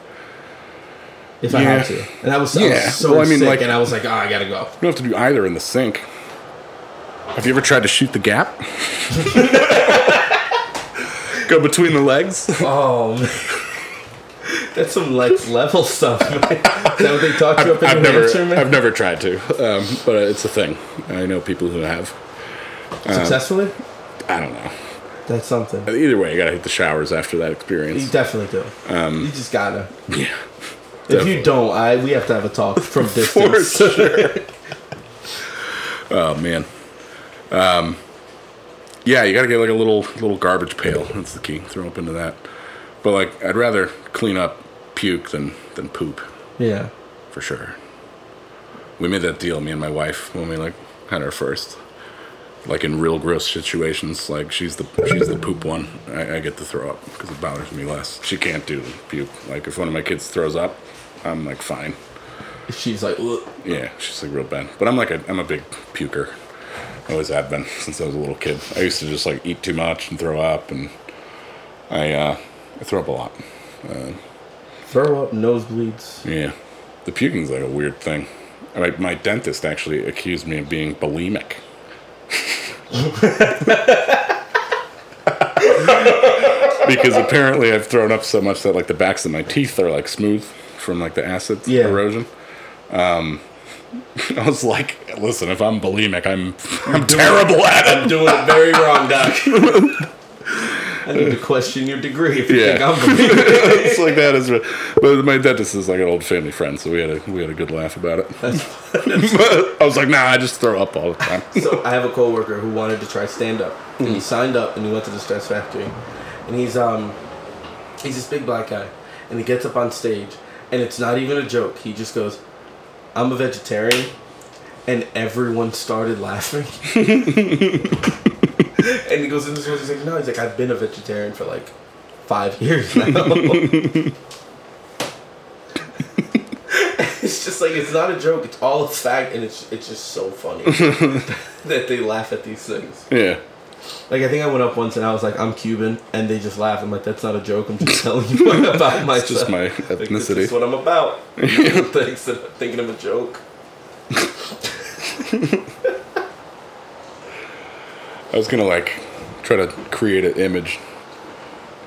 [SPEAKER 2] If I had
[SPEAKER 3] Yeah.
[SPEAKER 2] to, and I was, I
[SPEAKER 3] Yeah.
[SPEAKER 2] was so
[SPEAKER 3] Well, I mean,
[SPEAKER 2] sick,
[SPEAKER 3] like-
[SPEAKER 2] and I was like, oh, I gotta go.
[SPEAKER 3] You don't have to do either in the sink. Have you ever tried to shoot the gap? Go between the legs?
[SPEAKER 2] Oh, man. that's some Lex level stuff. Man. Is that what they taught you up in
[SPEAKER 3] I've
[SPEAKER 2] New
[SPEAKER 3] never,
[SPEAKER 2] Hampshire, man?
[SPEAKER 3] I've never tried to, um, but it's a thing. I know people who have.
[SPEAKER 2] um, Successfully,
[SPEAKER 3] I don't know.
[SPEAKER 2] that's something.
[SPEAKER 3] Either way, you gotta hit the showers after that
[SPEAKER 2] You
[SPEAKER 3] experience.
[SPEAKER 2] definitely do. you just gotta.
[SPEAKER 3] Yeah,
[SPEAKER 2] If you don't, I we have to have a talk from
[SPEAKER 3] for
[SPEAKER 2] distance.
[SPEAKER 3] sure. oh man. Um, yeah, you gotta get like a little little garbage pail. That's the key. Throw up into that. But like, I'd rather clean up puke than than poop.
[SPEAKER 2] Yeah.
[SPEAKER 3] for sure. We made that deal, me and my wife, when we like had our first, like in real gross situations. Like she's the she's the poop one. I, I get to throw up because it bothers me less. She can't do the puke. Like if one of my kids throws up, I'm like fine.
[SPEAKER 2] She's like, Ugh.
[SPEAKER 3] Yeah, she's like real bad. But I'm like a I'm a big puker. I always have been since I was a little kid. I used to just like eat too much and throw up, and I uh, I throw up a lot.
[SPEAKER 2] throw up nosebleeds.
[SPEAKER 3] Yeah, the puking's like a weird thing. My, my dentist actually accused me of being bulimic. because apparently I've thrown up so much that like the backs of my teeth are like smooth from like the acid
[SPEAKER 2] Yeah.
[SPEAKER 3] erosion. Um, I was like, listen, if I'm bulimic, I'm I'm terrible at it.
[SPEAKER 2] doing it very wrong, Doc. I need to question your degree if you
[SPEAKER 3] Yeah.
[SPEAKER 2] think I'm believing.
[SPEAKER 3] it's like that is, but my dentist is like an old family friend, so we had a we had a good laugh about it. I was like, nah, I just throw up all the time.
[SPEAKER 2] So I have a coworker who wanted to try stand up, and he signed up, and he went to the Stress Factory, and he's um, he's this big black guy, and he gets up on stage, and it's not even a joke. He just goes, "I'm a vegetarian," and everyone started laughing. and he goes, "And this was he's like, no, he's like, I've been a vegetarian for like five years now. it's just like it's not a joke. It's all a fact, and it's it's just so funny that they laugh at these things.
[SPEAKER 3] Yeah.
[SPEAKER 2] Like I think I went up once and I was like, "I'm Cuban," and they just laughed. I'm like, "That's not a joke. I'm just telling you about myself.
[SPEAKER 3] It's just my
[SPEAKER 2] Like, this is
[SPEAKER 3] ethnicity.
[SPEAKER 2] what I'm about." Thanks for thinking I'm a joke.
[SPEAKER 3] I was gonna like try to create an image,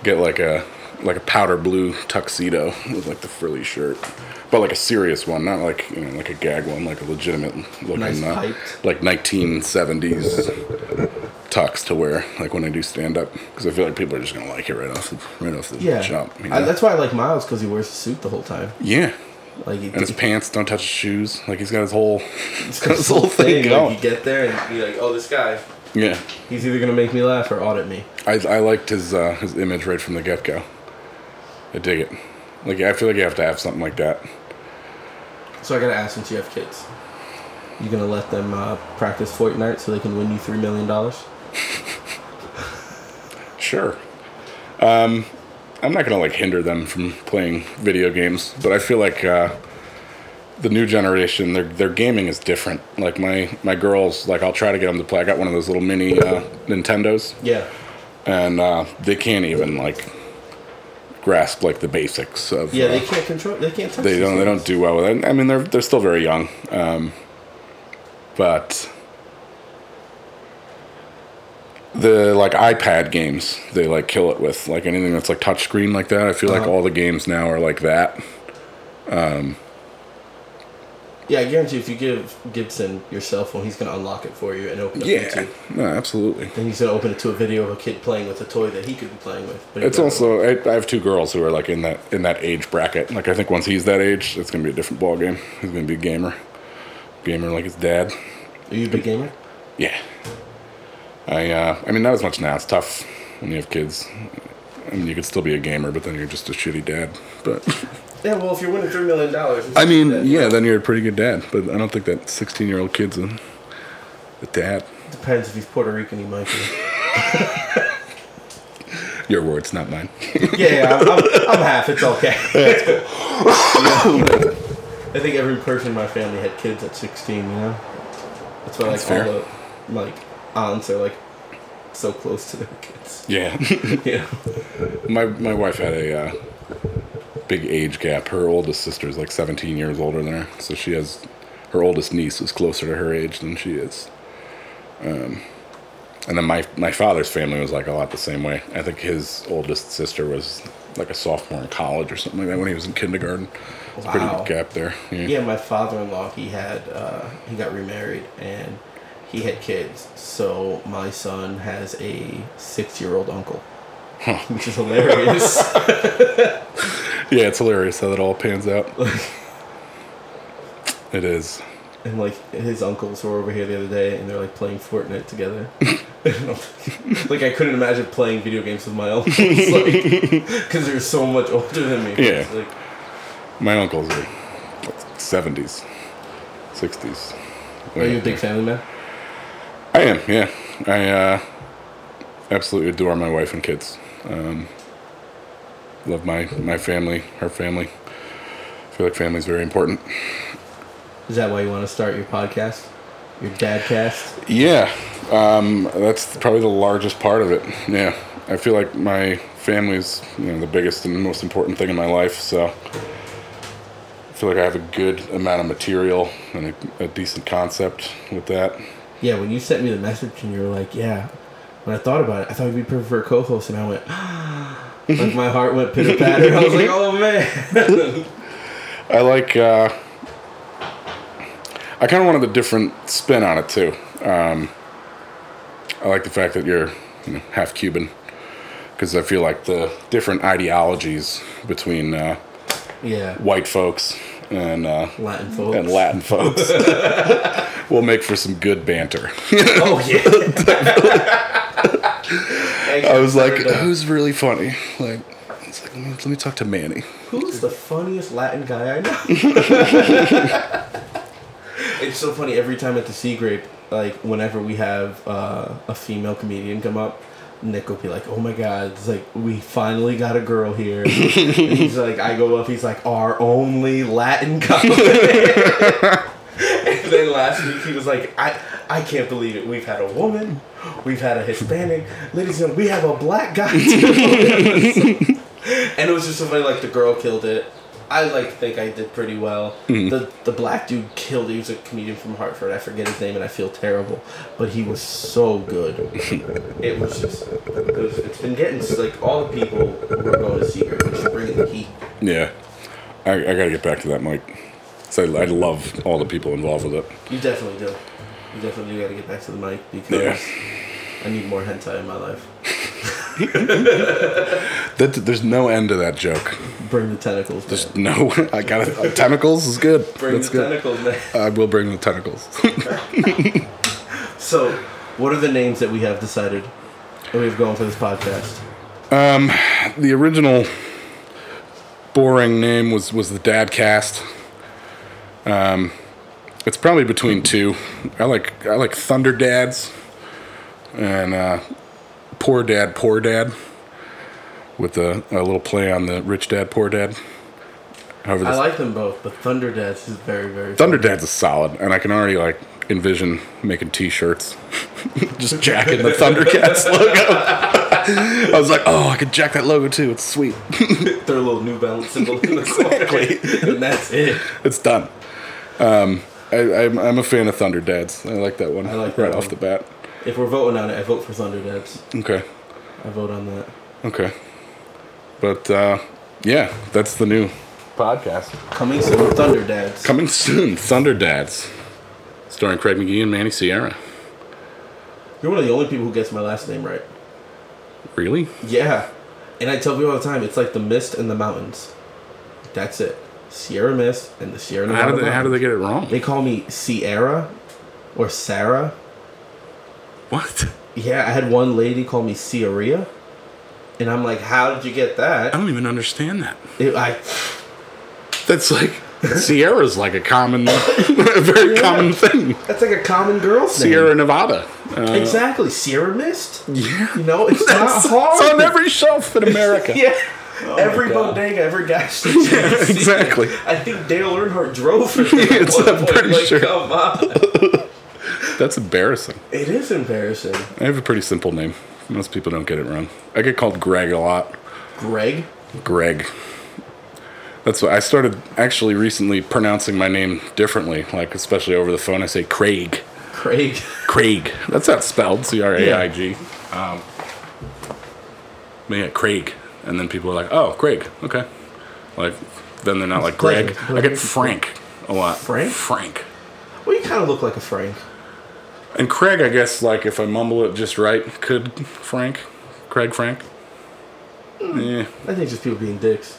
[SPEAKER 3] get like a like a powder blue tuxedo with like the frilly shirt, but like a serious one, not like you know like a gag one, like a legitimate looking
[SPEAKER 2] Nice
[SPEAKER 3] uh,
[SPEAKER 2] piped.
[SPEAKER 3] like 1970s tux to wear like when I do stand up because I feel like people are just gonna like it right off the, right off the
[SPEAKER 2] Yeah,
[SPEAKER 3] jump. you
[SPEAKER 2] I,
[SPEAKER 3] know?
[SPEAKER 2] that's why I like Miles because he wears a suit the whole time.
[SPEAKER 3] yeah.
[SPEAKER 2] Like he,
[SPEAKER 3] And his pants don't touch his shoes. Like he's got his whole, he's got
[SPEAKER 2] this
[SPEAKER 3] his whole thing
[SPEAKER 2] Like,
[SPEAKER 3] going.
[SPEAKER 2] you get there and you're like, "Oh, this guy."
[SPEAKER 3] Yeah,
[SPEAKER 2] He's either gonna make me laugh or audit me.
[SPEAKER 3] I, I liked his uh, his image right from the get go. I dig it. Like I feel like you have to have something like that.
[SPEAKER 2] So I gotta ask since you have kids, you gonna let them uh, practice Fortnite so they can win you three million dollars?
[SPEAKER 3] Sure. Um, I'm not gonna like hinder them from playing video games, but I feel like uh, the new generation their their gaming is different. Like my my girls, like I'll try to get them to play. I got one of those little mini uh, Nintendos,
[SPEAKER 2] Yeah.
[SPEAKER 3] and uh, they can't even like grasp like the basics of
[SPEAKER 2] Yeah, they
[SPEAKER 3] uh,
[SPEAKER 2] can't control. They can't touch.
[SPEAKER 3] they
[SPEAKER 2] these
[SPEAKER 3] don't they don't
[SPEAKER 2] things.
[SPEAKER 3] do well with it. I mean they're they're still very young, um, but the like iPad games they like kill it with like anything that's like touchscreen like that. I feel like
[SPEAKER 2] Uh-huh.
[SPEAKER 3] all the games now are like that.
[SPEAKER 2] Yeah, I guarantee if you give Gibson your cell phone, he's gonna unlock it for you and open up
[SPEAKER 3] Yeah,
[SPEAKER 2] YouTube.
[SPEAKER 3] no, absolutely.
[SPEAKER 2] Then he's gonna open it to a video of a kid playing with a toy that he could be playing with. but he
[SPEAKER 3] It's
[SPEAKER 2] doesn't.
[SPEAKER 3] also I, I have two girls who are like in that in that age bracket. Like I think once he's that age, it's gonna be a different ball game. He's gonna be a gamer, gamer like his dad.
[SPEAKER 2] Are you a big gamer?
[SPEAKER 3] Yeah. I uh, I mean not as much now. It's tough when you have kids. I mean you could still be a gamer, but then you're just a shitty dad. But
[SPEAKER 2] Yeah. Well, if you're winning three million dollars,
[SPEAKER 3] I mean, yeah, then you're a pretty good dad. But I don't think that 16 year old kid's a, a dad.
[SPEAKER 2] depends if he's Puerto Rican, he might be.
[SPEAKER 3] Your words, not mine.
[SPEAKER 2] Yeah, yeah I'm, I'm, I'm half. It's okay. I think every person in my family had kids at 16. You know, that's why like
[SPEAKER 3] That's fair.
[SPEAKER 2] all the like aunts are like so close to their kids.
[SPEAKER 3] yeah,
[SPEAKER 2] Yeah,
[SPEAKER 3] my my wife had a uh, big age gap. Her oldest sister's like 17 years older than her, so she has her oldest niece is closer to her age than she is. Um, And then my, my father's family was like a lot the same way. I think his oldest sister was like a sophomore in college or something like that when he was in kindergarten. It's a pretty
[SPEAKER 2] Wow.
[SPEAKER 3] good gap there. Yeah.
[SPEAKER 2] yeah. My father-in-law, he had uh, he got remarried and he had kids. So my son has a six-year-old uncle, which is hilarious.
[SPEAKER 3] Yeah, it's hilarious how that all pans out. it is.
[SPEAKER 2] And like his uncles were over here the other day, and they're like playing Fortnite together. like I couldn't imagine playing video games with my uncles, because they're so much older than me.
[SPEAKER 3] Yeah.
[SPEAKER 2] It's like,
[SPEAKER 3] My uncles are like 70s, 60s.
[SPEAKER 2] are you a big family man?
[SPEAKER 3] I am, yeah. I uh, absolutely adore my wife and kids. Um, love my, my family, her family. I feel like family's very important.
[SPEAKER 2] Is that why you want to start your podcast, your dadcast?
[SPEAKER 3] Yeah, um, that's probably the largest part of it. Yeah, I feel like my family's you know the biggest and most important thing in my life. So I feel like I have a good amount of material and a, a decent concept with that.
[SPEAKER 2] Yeah. When you sent me the message and you were like, "Yeah," when I thought about it, I thought you'd be perfect for a co-host, and I went, like my heart went pitter patter. I was like, "Oh man."
[SPEAKER 3] I like. Uh, I kind of wanted a different spin on it too. Um, I like the fact that you're you know, half Cuban because I feel like the different ideologies between uh,
[SPEAKER 2] yeah.
[SPEAKER 3] white folks and uh,
[SPEAKER 2] Latin folks.
[SPEAKER 3] and Latin folks will make for some good banter.
[SPEAKER 2] Oh yeah.
[SPEAKER 3] I was like, who's really funny? Like, it's like, let me, let me talk to Manny.
[SPEAKER 2] Who's the funniest Latin guy I know? it's so funny every time at the Sea Grape, like whenever we have uh, a female comedian come up, Nick will be like, "Oh my God!" It's like we finally got a girl here. and he's like, I go up. He's like, "Our only Latin couple." And then last week he was like, I, I can't believe it. We've had a woman, we've had a Hispanic, ladies and gentlemen, we have a black guy too. and it was just somebody like the girl killed it. I like to think I did pretty well.
[SPEAKER 3] Mm.
[SPEAKER 2] The the black dude killed it. He was a comedian from Hartford. I forget his name and I feel terrible. But he was so good. it was just it was, it's been getting like all the people were going to secret, which is bringing the heat.
[SPEAKER 3] Yeah. I, I got to get back to that, Mike. 'Cause I, I love all the people involved with it.
[SPEAKER 2] You definitely do. You definitely do gotta get back to the mic because
[SPEAKER 3] Yeah.
[SPEAKER 2] I need more hentai in my life.
[SPEAKER 3] That, there's no end to that joke.
[SPEAKER 2] Bring the tentacles. man.
[SPEAKER 3] There's no. I got to Tentacles is good.
[SPEAKER 2] Bring
[SPEAKER 3] That's
[SPEAKER 2] the
[SPEAKER 3] good.
[SPEAKER 2] tentacles, man.
[SPEAKER 3] I will bring the tentacles.
[SPEAKER 2] So, what are the names that we have decided that we have going for this podcast?
[SPEAKER 3] the original boring name was was the Dad Cast. Um, it's probably between two. I like I like Thunder Dads and uh, Poor Dad, Poor Dad, with a, a little play on the Rich Dad, Poor Dad. However,
[SPEAKER 2] I
[SPEAKER 3] this,
[SPEAKER 2] like them both, but Thunder Dads is very, very.
[SPEAKER 3] Thunder Dad's is solid, and I can already like envision making T-shirts, just jacking the Thundercats logo. I was like, oh, I could jack that logo too. It's sweet.
[SPEAKER 2] Their little New Balance symbol in the corner, and that's it.
[SPEAKER 3] it's done. Um, I, I'm, I'm a fan of Thunder Dads. I like that one. I
[SPEAKER 2] like that
[SPEAKER 3] right
[SPEAKER 2] one.
[SPEAKER 3] off the bat.
[SPEAKER 2] If we're voting on it, I vote for Thunder Dads.
[SPEAKER 3] Okay,
[SPEAKER 2] I vote on that.
[SPEAKER 3] okay, but uh, yeah, that's the new podcast
[SPEAKER 2] Coming soon, Thunder Dads.
[SPEAKER 3] coming soon. Thunder Dads, starring Craig McGee and Manny Sierra.
[SPEAKER 2] You're one of the only people who gets my last name right.
[SPEAKER 3] Really?
[SPEAKER 2] Yeah, and I tell people all the time, it's like the mist and the mountains. That's it. Sierra Mist and the Sierra Nevada.
[SPEAKER 3] How do they How do
[SPEAKER 2] mountains.
[SPEAKER 3] they get it wrong?
[SPEAKER 2] They call me Sierra or Sarah.
[SPEAKER 3] What?
[SPEAKER 2] Yeah, I had one lady call me Sierra. And I'm like, how did you get
[SPEAKER 3] I
[SPEAKER 2] that?
[SPEAKER 3] don't even understand that.
[SPEAKER 2] It- I,
[SPEAKER 3] That's like Sierra's like a common, a very common thing.
[SPEAKER 2] that's like a common girl's
[SPEAKER 3] Sierra
[SPEAKER 2] name.
[SPEAKER 3] Nevada. Uh,
[SPEAKER 2] Exactly. Sierra Mist?
[SPEAKER 3] yeah.
[SPEAKER 2] You know, it's not
[SPEAKER 3] That's-
[SPEAKER 2] hard.
[SPEAKER 3] It's on every shelf in America.
[SPEAKER 2] yeah. every
[SPEAKER 4] God.
[SPEAKER 2] bodega, every gas station. you see.
[SPEAKER 3] exactly.
[SPEAKER 2] I think Dale Earnhardt drove for me. at
[SPEAKER 3] It's-
[SPEAKER 2] one
[SPEAKER 3] I'm
[SPEAKER 2] point.
[SPEAKER 3] pretty
[SPEAKER 2] Like,
[SPEAKER 3] sure.
[SPEAKER 2] Come on.
[SPEAKER 3] That's embarrassing.
[SPEAKER 2] It is embarrassing.
[SPEAKER 3] I have a pretty simple name. Most people don't get it wrong. I get called Greg a lot.
[SPEAKER 2] Greg?
[SPEAKER 3] Greg. That's why I started actually recently pronouncing my name differently, like especially over the phone. I say Craig.
[SPEAKER 2] Craig.
[SPEAKER 3] Craig. That's not spelled C R A I G. Um, but yeah, Craig. And then people are like, oh, Craig. Okay. Like, then they're not like Greg.
[SPEAKER 2] pleasant.
[SPEAKER 3] I get Frank a lot.
[SPEAKER 2] Frank?
[SPEAKER 3] Frank.
[SPEAKER 2] Well, you kind of look like a Frank.
[SPEAKER 3] And Craig, I guess, like if I mumble it just right, could Frank, Craig Frank. Yeah,
[SPEAKER 2] I think it's just people being dicks.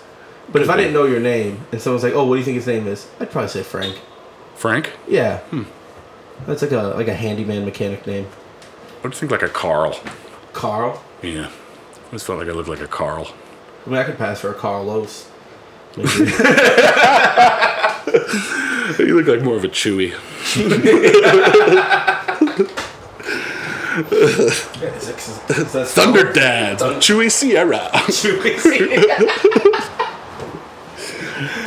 [SPEAKER 2] But if I didn't know your name and someone's like, oh, what do you think his name is? I'd probably say Frank.
[SPEAKER 3] Frank.
[SPEAKER 2] Yeah.
[SPEAKER 3] Hmm.
[SPEAKER 2] That's like a like a handyman mechanic name.
[SPEAKER 3] I would think like a Carl.
[SPEAKER 2] Carl.
[SPEAKER 3] Yeah, I always felt like I lived like a Carl.
[SPEAKER 2] I mean, I could pass for a Carlos. Maybe.
[SPEAKER 3] You look like more of a Chewy. Thunder Dad, Chewy Sierra.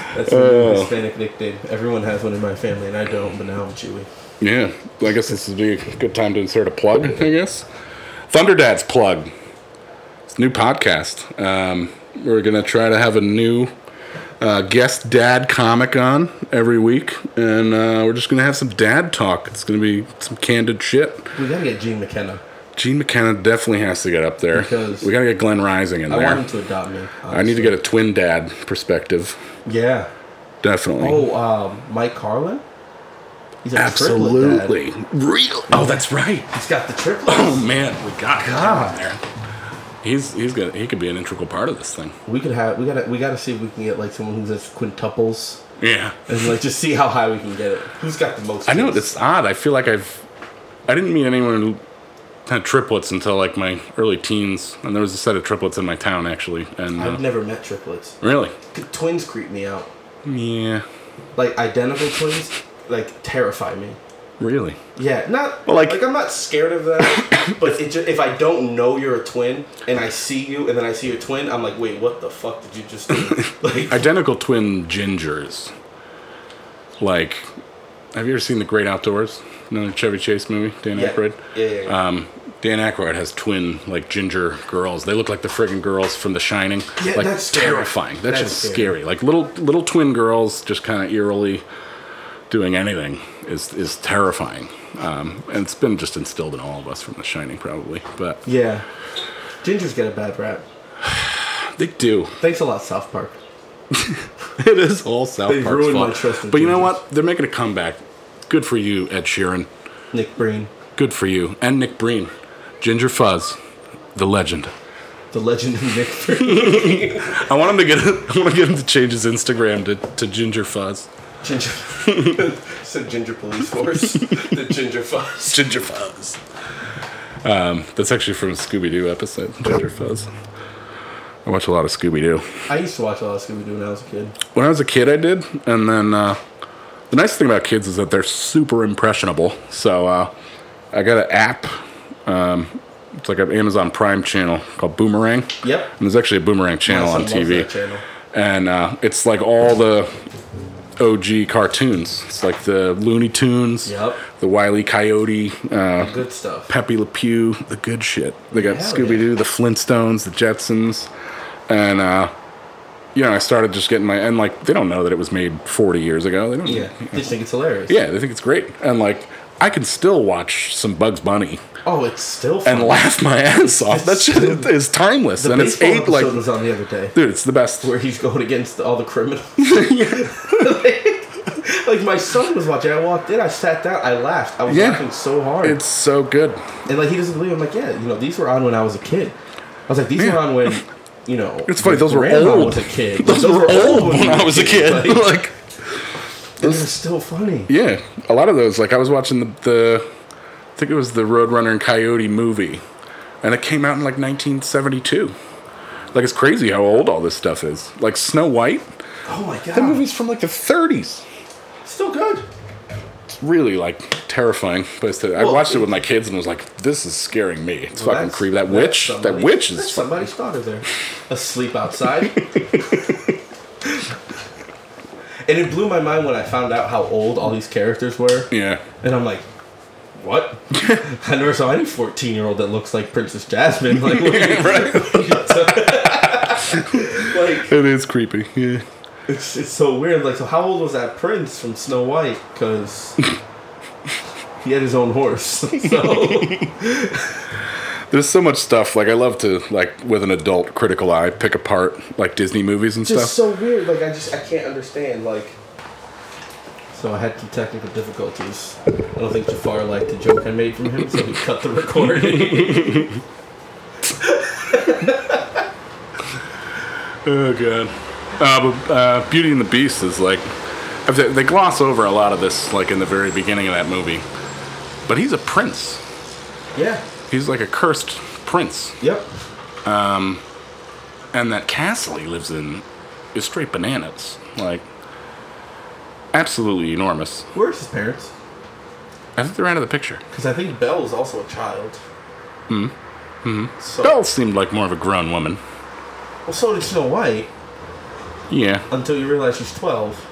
[SPEAKER 2] That's my
[SPEAKER 3] Uh,
[SPEAKER 2] new Hispanic nickname. Everyone has one in my family, and I don't, but now I'm Chewy.
[SPEAKER 3] yeah, I guess this would be a good time to insert a plug. I guess Thunder Dad's plug. It's a new podcast. Um, we're gonna try to have a new uh, guest dad comic on every week, and uh, we're just gonna have some dad talk. It's gonna be some candid shit.
[SPEAKER 2] We gotta get Gene McKenna.
[SPEAKER 3] Gene McKenna definitely has to get up there.
[SPEAKER 2] Because-
[SPEAKER 3] we gotta get Glenn Rising in
[SPEAKER 2] I
[SPEAKER 3] there.
[SPEAKER 2] want him to adopt me.
[SPEAKER 3] I need to get a twin dad perspective.
[SPEAKER 2] honestly. Yeah.
[SPEAKER 3] Definitely.
[SPEAKER 2] Oh, um, Mike Carlin? He's a Triplet
[SPEAKER 3] Absolutely. Real. Oh, that's right.
[SPEAKER 2] dad. He's got the triplets.
[SPEAKER 3] Oh man, we got
[SPEAKER 2] God.
[SPEAKER 3] him in there. He's he's gonna he could be an integral part of this thing.
[SPEAKER 2] We could have. We gotta. We gotta see if we can get like someone who's just quintuples,
[SPEAKER 3] Yeah.
[SPEAKER 2] and like just see how high we can get it. Who's got the most?
[SPEAKER 3] I know
[SPEAKER 2] kids?
[SPEAKER 3] it's odd. I feel like I've I didn't meet anyone who had triplets until like my early teens, and there was a set of triplets in my town actually. And uh,
[SPEAKER 2] I've never met triplets.
[SPEAKER 3] really,
[SPEAKER 2] The twins creep me out.
[SPEAKER 3] yeah.
[SPEAKER 2] Like identical twins, like terrify me.
[SPEAKER 3] Really?
[SPEAKER 2] Yeah, not
[SPEAKER 3] Well, like-
[SPEAKER 2] like, I'm not scared of that. but it just, if I don't know you're a twin and I see you and then I see your twin, I'm like, wait, what the fuck did you just do? Like,
[SPEAKER 3] Identical twin gingers. Like, have you ever seen The Great Outdoors? Another Chevy Chase movie, Dan
[SPEAKER 2] yeah,
[SPEAKER 3] Aykroyd.
[SPEAKER 2] yeah, yeah, yeah.
[SPEAKER 3] Um, Dan Aykroyd has twin like ginger girls. They look like the friggin' girls from The Shining.
[SPEAKER 2] Yeah,
[SPEAKER 3] like
[SPEAKER 2] that's scary.
[SPEAKER 3] terrifying.
[SPEAKER 2] That's
[SPEAKER 3] That's, just
[SPEAKER 2] scary.
[SPEAKER 3] scary. Like little little twin girls, just kind of eerily doing anything is is terrifying. Um, and it's been just instilled in all of us from The Shining, probably. But
[SPEAKER 2] yeah. Gingers get a bad rap.
[SPEAKER 3] they do.
[SPEAKER 2] Thanks a lot, South Park.
[SPEAKER 3] It is all South
[SPEAKER 2] They
[SPEAKER 3] Park's
[SPEAKER 2] ruined my
[SPEAKER 3] fault.
[SPEAKER 2] trust in
[SPEAKER 3] but you know
[SPEAKER 2] Jesus.
[SPEAKER 3] what? They're making a comeback. Good for you, Ed Sheeran.
[SPEAKER 2] Nick Breen,
[SPEAKER 3] Good for you, and Nick Breen, Ginger Fuzz, the legend.
[SPEAKER 2] the legend of Nick Breen.
[SPEAKER 3] I want him to get. I want to get him to change his Instagram to, to Ginger Fuzz.
[SPEAKER 2] Ginger. it's a ginger police force. the ginger fuzz.
[SPEAKER 3] Ginger Fuzz. Um, that's actually from a Scooby Doo episode. Ginger Fuzz. I watch a lot of Scooby Doo.
[SPEAKER 2] I used to watch a lot of Scooby Doo when I was a kid.
[SPEAKER 3] When I was a kid, I did, and then uh, the nice thing about kids is that they're super impressionable. So uh, I got an app. Um, it's like an Amazon Prime channel called Boomerang.
[SPEAKER 2] Yep.
[SPEAKER 3] And there's actually a Boomerang
[SPEAKER 2] My
[SPEAKER 3] channel
[SPEAKER 2] son
[SPEAKER 3] on
[SPEAKER 2] loves
[SPEAKER 3] TV.
[SPEAKER 2] that channel.
[SPEAKER 3] and uh, it's like all the OG cartoons. It's like the Looney Tunes,
[SPEAKER 2] Yep.
[SPEAKER 3] the Wile E. Coyote, uh,
[SPEAKER 2] Good stuff.
[SPEAKER 3] Pepe Le Pew, the good shit. They got
[SPEAKER 2] Hell
[SPEAKER 3] Scooby Doo, the Flintstones, the Jetsons, and uh, you know, I started just getting my and like they don't know that it was made 40 years ago. They don't.
[SPEAKER 2] Yeah, they just think it's hilarious.
[SPEAKER 3] Yeah, they think it's great, and like I can still watch some Bugs Bunny
[SPEAKER 2] Oh, it's still fun.
[SPEAKER 3] and laugh my ass off. That shit is is timeless,
[SPEAKER 2] the
[SPEAKER 3] and it's
[SPEAKER 2] baseball
[SPEAKER 3] eight like.
[SPEAKER 2] episode was on the other day.
[SPEAKER 3] Dude, it's the best.
[SPEAKER 2] where he's going against all the criminals. like, my son was watching. I walked in, I sat down, I laughed. I was
[SPEAKER 3] Yeah.
[SPEAKER 2] laughing so hard,
[SPEAKER 3] It's so good.
[SPEAKER 2] and like he doesn't believe. it. I'm like, yeah, you know, these were on when I was a kid. I was like, these
[SPEAKER 3] Yeah.
[SPEAKER 2] were on when, you know,
[SPEAKER 3] It's funny,
[SPEAKER 2] your
[SPEAKER 3] those were
[SPEAKER 2] grandma
[SPEAKER 3] old.
[SPEAKER 2] Was a kid. Like,
[SPEAKER 3] Those, were old when
[SPEAKER 2] you
[SPEAKER 3] I was a kid.
[SPEAKER 2] Like,
[SPEAKER 3] Like,
[SPEAKER 2] and they're still funny.
[SPEAKER 3] yeah, a lot of those. Like, I was watching the, the I think it was the Roadrunner and Coyote movie, and it came out in like 1972. Like, it's crazy how old all this stuff is. Like Snow White,
[SPEAKER 2] Oh my god,
[SPEAKER 3] that movie's from like the 30s.
[SPEAKER 2] still good.
[SPEAKER 3] It's really like terrifying. But it's I
[SPEAKER 2] Well,
[SPEAKER 3] watched it
[SPEAKER 2] it-
[SPEAKER 3] with my kids and was like, "This is scaring me. It's fucking
[SPEAKER 2] that's-
[SPEAKER 3] creepy. That
[SPEAKER 2] that's
[SPEAKER 3] witch. that
[SPEAKER 2] somebody-
[SPEAKER 3] witch is
[SPEAKER 2] that's
[SPEAKER 3] fucking
[SPEAKER 2] somebody's daughter there, asleep outside. and it blew my mind when I found out how old all these characters were.
[SPEAKER 3] yeah."
[SPEAKER 2] And I'm like, what? I never saw any 14 year old that looks like Princess Jasmine. Like, what are you- like
[SPEAKER 3] It is creepy. Yeah.
[SPEAKER 2] it's, it's so weird. Like, so how old was that prince from Snow White? Because he had his own horse. So
[SPEAKER 3] There's so much stuff. Like I love to like with an adult critical eye pick apart like Disney movies and
[SPEAKER 2] just
[SPEAKER 3] stuff.
[SPEAKER 2] so weird. Like, I just I can't understand. Like, so I had some technical difficulties. I don't think Jafar liked the joke I made from him, so he cut the recording.
[SPEAKER 3] oh god. Uh, but uh, Beauty and the Beast is like I've- they gloss over a lot of this like in the very beginning of that movie. But he's a prince.
[SPEAKER 2] yeah.
[SPEAKER 3] He's like a cursed prince,
[SPEAKER 2] Yep.
[SPEAKER 3] and that castle he lives in is straight bananas. Like absolutely enormous.
[SPEAKER 2] Where's his parents?
[SPEAKER 3] I think they're out of the picture.
[SPEAKER 2] Because I think Belle is also a child. Hmm. Hmm. So,
[SPEAKER 3] Belle seemed like more of a grown woman.
[SPEAKER 2] Well, so did Snow White
[SPEAKER 3] Yeah.
[SPEAKER 2] until you realize she's twelve.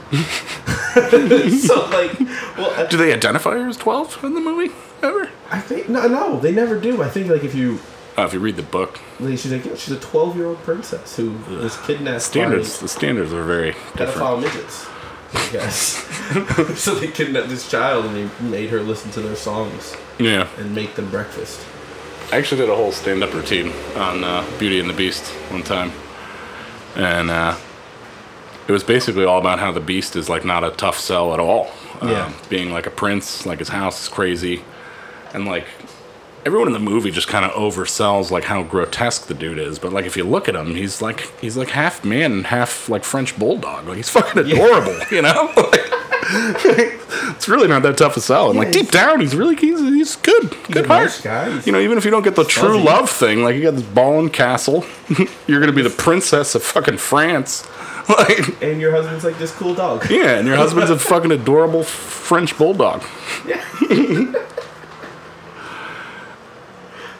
[SPEAKER 2] so like, well,
[SPEAKER 3] Do they identify her as 12 in the movie ever?
[SPEAKER 2] I, I think no, no, they never do. I think like if you,
[SPEAKER 3] Uh, if you read the book,
[SPEAKER 2] like, she's like, yeah, she's a twelve-year-old princess who was kidnapped
[SPEAKER 3] standards the standards are very
[SPEAKER 2] by
[SPEAKER 3] different.
[SPEAKER 2] pedophile midgets. Yes. so they kidnapped this child and they made her listen to their songs
[SPEAKER 3] Yeah,
[SPEAKER 2] and make them breakfast.
[SPEAKER 3] I actually did a whole stand-up routine on uh, Beauty and the Beast one time, and uh, it was basically all about how the Beast is like not a tough sell at all. Um,
[SPEAKER 2] Yeah.
[SPEAKER 3] being like a prince, like his house is crazy, and like everyone in the movie just kind of oversells like how grotesque the dude is. But like if you look at him, he's like he's like half man and half like French bulldog. Like he's fucking adorable, you know. Like, it's really not that tough a sell. And like
[SPEAKER 2] he's-
[SPEAKER 3] deep down, he's really he's, he's good, good
[SPEAKER 2] a
[SPEAKER 3] heart.
[SPEAKER 2] nice guy. He's-
[SPEAKER 3] You know, even if you don't get the true
[SPEAKER 2] fuzzy.
[SPEAKER 3] love thing, like you got this ball and castle, you're gonna be the princess of fucking France. like,
[SPEAKER 2] And your husband's like this cool dog.
[SPEAKER 3] yeah, and your husband's a fucking adorable French bulldog.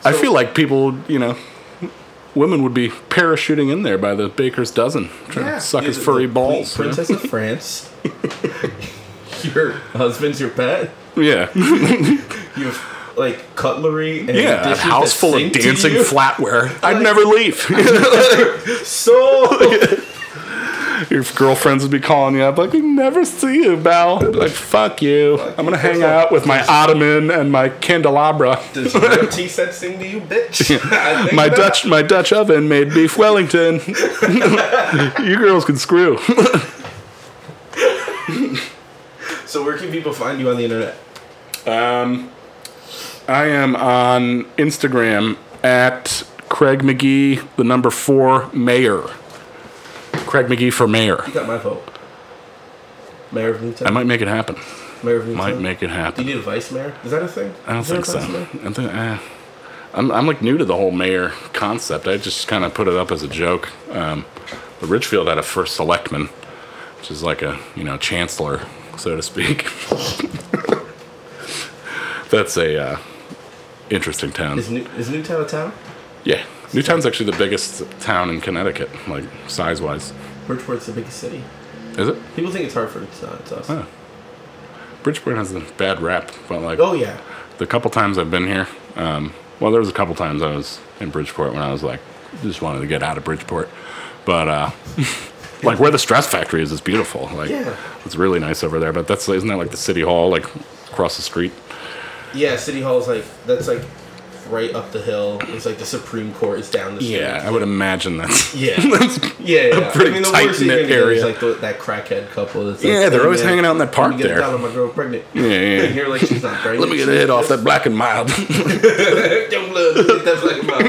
[SPEAKER 3] I feel like people, you know, women would be parachuting in there by the baker's dozen, trying to suck his
[SPEAKER 2] You're the-
[SPEAKER 3] furry
[SPEAKER 2] the
[SPEAKER 3] balls. you know?
[SPEAKER 2] Princess of France. your husband's your pet.
[SPEAKER 3] Yeah,
[SPEAKER 2] You have like cutlery and
[SPEAKER 3] yeah, a
[SPEAKER 2] dishes
[SPEAKER 3] house
[SPEAKER 2] that
[SPEAKER 3] full of
[SPEAKER 2] sink to
[SPEAKER 3] dancing
[SPEAKER 2] you.
[SPEAKER 3] flatware. I'd never leave.
[SPEAKER 2] So
[SPEAKER 3] Your girlfriends would be calling you up, like, we never see you, Belle. I'd be like, fuck you. I'm gonna hang out with my ottoman and my candelabra.
[SPEAKER 2] does your tea set sing to you, bitch? I think
[SPEAKER 3] My
[SPEAKER 2] not.
[SPEAKER 3] Dutch, my Dutch oven made beef Wellington. you girls can screw.
[SPEAKER 2] So where can people find you on the internet?
[SPEAKER 3] I am on Instagram at Craig McGee, the number four mayor. Craig McGee for mayor.
[SPEAKER 2] You got my vote. Mayor of Newtown.
[SPEAKER 3] I might make it happen.
[SPEAKER 2] mayor of Newtown.
[SPEAKER 3] Might make it happen.
[SPEAKER 2] Do you need a vice mayor? Is that a thing?
[SPEAKER 3] I don't
[SPEAKER 2] Is there a
[SPEAKER 3] think so.
[SPEAKER 2] vice mayor?
[SPEAKER 3] I think, eh. I'm, I'm like new to the whole mayor concept. I just kind of put it up as a joke. Um, but Richfield had a first selectman, which is like a you know chancellor, so to speak. That's a uh, interesting town.
[SPEAKER 2] Is New, is Newtown a town?
[SPEAKER 3] yeah, Newtown's actually the biggest town in Connecticut, like size wise.
[SPEAKER 2] Bridgeport's the biggest city.
[SPEAKER 3] Is it?
[SPEAKER 2] People think it's Hartford. It's not. It's us.
[SPEAKER 3] Huh. Bridgeport has a bad rap, but like
[SPEAKER 2] Oh yeah.
[SPEAKER 3] the couple times I've been here, um, well, there was a couple times I was in Bridgeport when I was like, just wanted to get out of Bridgeport. But uh, like where the Stress Factory is, it's beautiful. Like
[SPEAKER 2] Yeah.
[SPEAKER 3] it's really nice over there. But that's isn't that like the city hall, like across the street?
[SPEAKER 2] Yeah, City Hall is like that's like right up the hill. It's like the Supreme Court is down the street.
[SPEAKER 3] Yeah, I would imagine that's.
[SPEAKER 2] Yeah. yeah, yeah.
[SPEAKER 3] pretty
[SPEAKER 2] I mean, the worst thing
[SPEAKER 3] tight-knit
[SPEAKER 2] you can get is
[SPEAKER 3] area.
[SPEAKER 2] like the, that crackhead couple. That's like,
[SPEAKER 3] Yeah, they're
[SPEAKER 2] "Hey,
[SPEAKER 3] always
[SPEAKER 2] man,
[SPEAKER 3] hanging out in that
[SPEAKER 2] let
[SPEAKER 3] park
[SPEAKER 2] me get
[SPEAKER 3] there.
[SPEAKER 2] A dollar, my girl pregnant.
[SPEAKER 3] Yeah, yeah.
[SPEAKER 2] And you're like, she's not pregnant.
[SPEAKER 3] Let me get a hit off that black and mild.
[SPEAKER 2] Don't look. That's like my.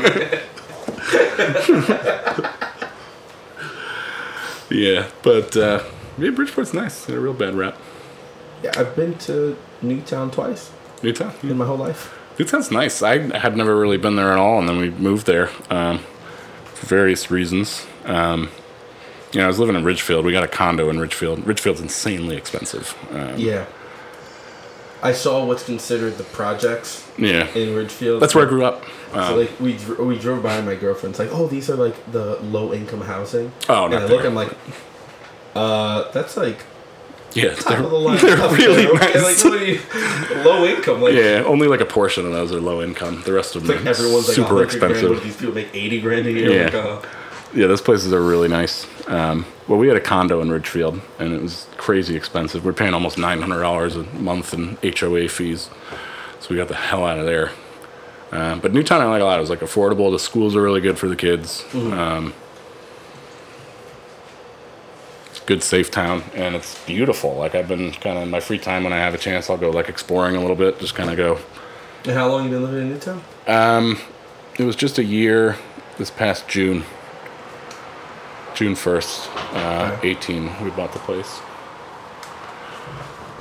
[SPEAKER 3] yeah, but uh, yeah, Bridgeport's nice. They're a real bad rap.
[SPEAKER 2] Yeah, I've been to Newtown twice
[SPEAKER 3] Newtown.
[SPEAKER 2] in my whole life.
[SPEAKER 3] Newtown's nice. I had never really been there at all, and then we moved there um, for various reasons. Um, you know, I was living in Ridgefield. We got a condo in Ridgefield. Ridgefield's insanely expensive. Um,
[SPEAKER 2] Yeah. I saw what's considered the projects
[SPEAKER 3] yeah,
[SPEAKER 2] in Ridgefield.
[SPEAKER 3] that's where I grew up.
[SPEAKER 2] So
[SPEAKER 3] Um,
[SPEAKER 2] like we dr- we drove by and my girlfriend's like, oh, these are like the low income housing.
[SPEAKER 3] Oh,
[SPEAKER 2] and
[SPEAKER 3] not
[SPEAKER 2] I look,
[SPEAKER 3] there.
[SPEAKER 2] I'm like, uh, that's like
[SPEAKER 3] yeah, they're,
[SPEAKER 2] top of the line.
[SPEAKER 3] they're
[SPEAKER 2] stuff, you
[SPEAKER 3] really
[SPEAKER 2] know? Okay,
[SPEAKER 3] nice.
[SPEAKER 2] Like what are you, low income, like
[SPEAKER 3] yeah, only like a portion of those are low income. The rest of them
[SPEAKER 2] like
[SPEAKER 3] are
[SPEAKER 2] everyone's like 100
[SPEAKER 3] super
[SPEAKER 2] grand,
[SPEAKER 3] expensive.
[SPEAKER 2] what, These people make eighty grand a year.
[SPEAKER 3] Yeah.
[SPEAKER 2] Like, uh,
[SPEAKER 3] Yeah, those places are really nice. Um, well, we had a condo in Ridgefield, and it was crazy expensive. We are paying almost nine hundred dollars a month in HOA fees, so we got the hell out of there. Uh, but Newtown, I like a lot. It was like affordable. The schools are really good for the kids. Um, it's a good, safe town, and it's beautiful. Like I've been kind of in my free time when I have a chance, I'll go like exploring a little bit, just kind of go
[SPEAKER 2] and how long you been living in Newtown?
[SPEAKER 3] it was just a year this past June. June 1st, uh, 18, we bought the place.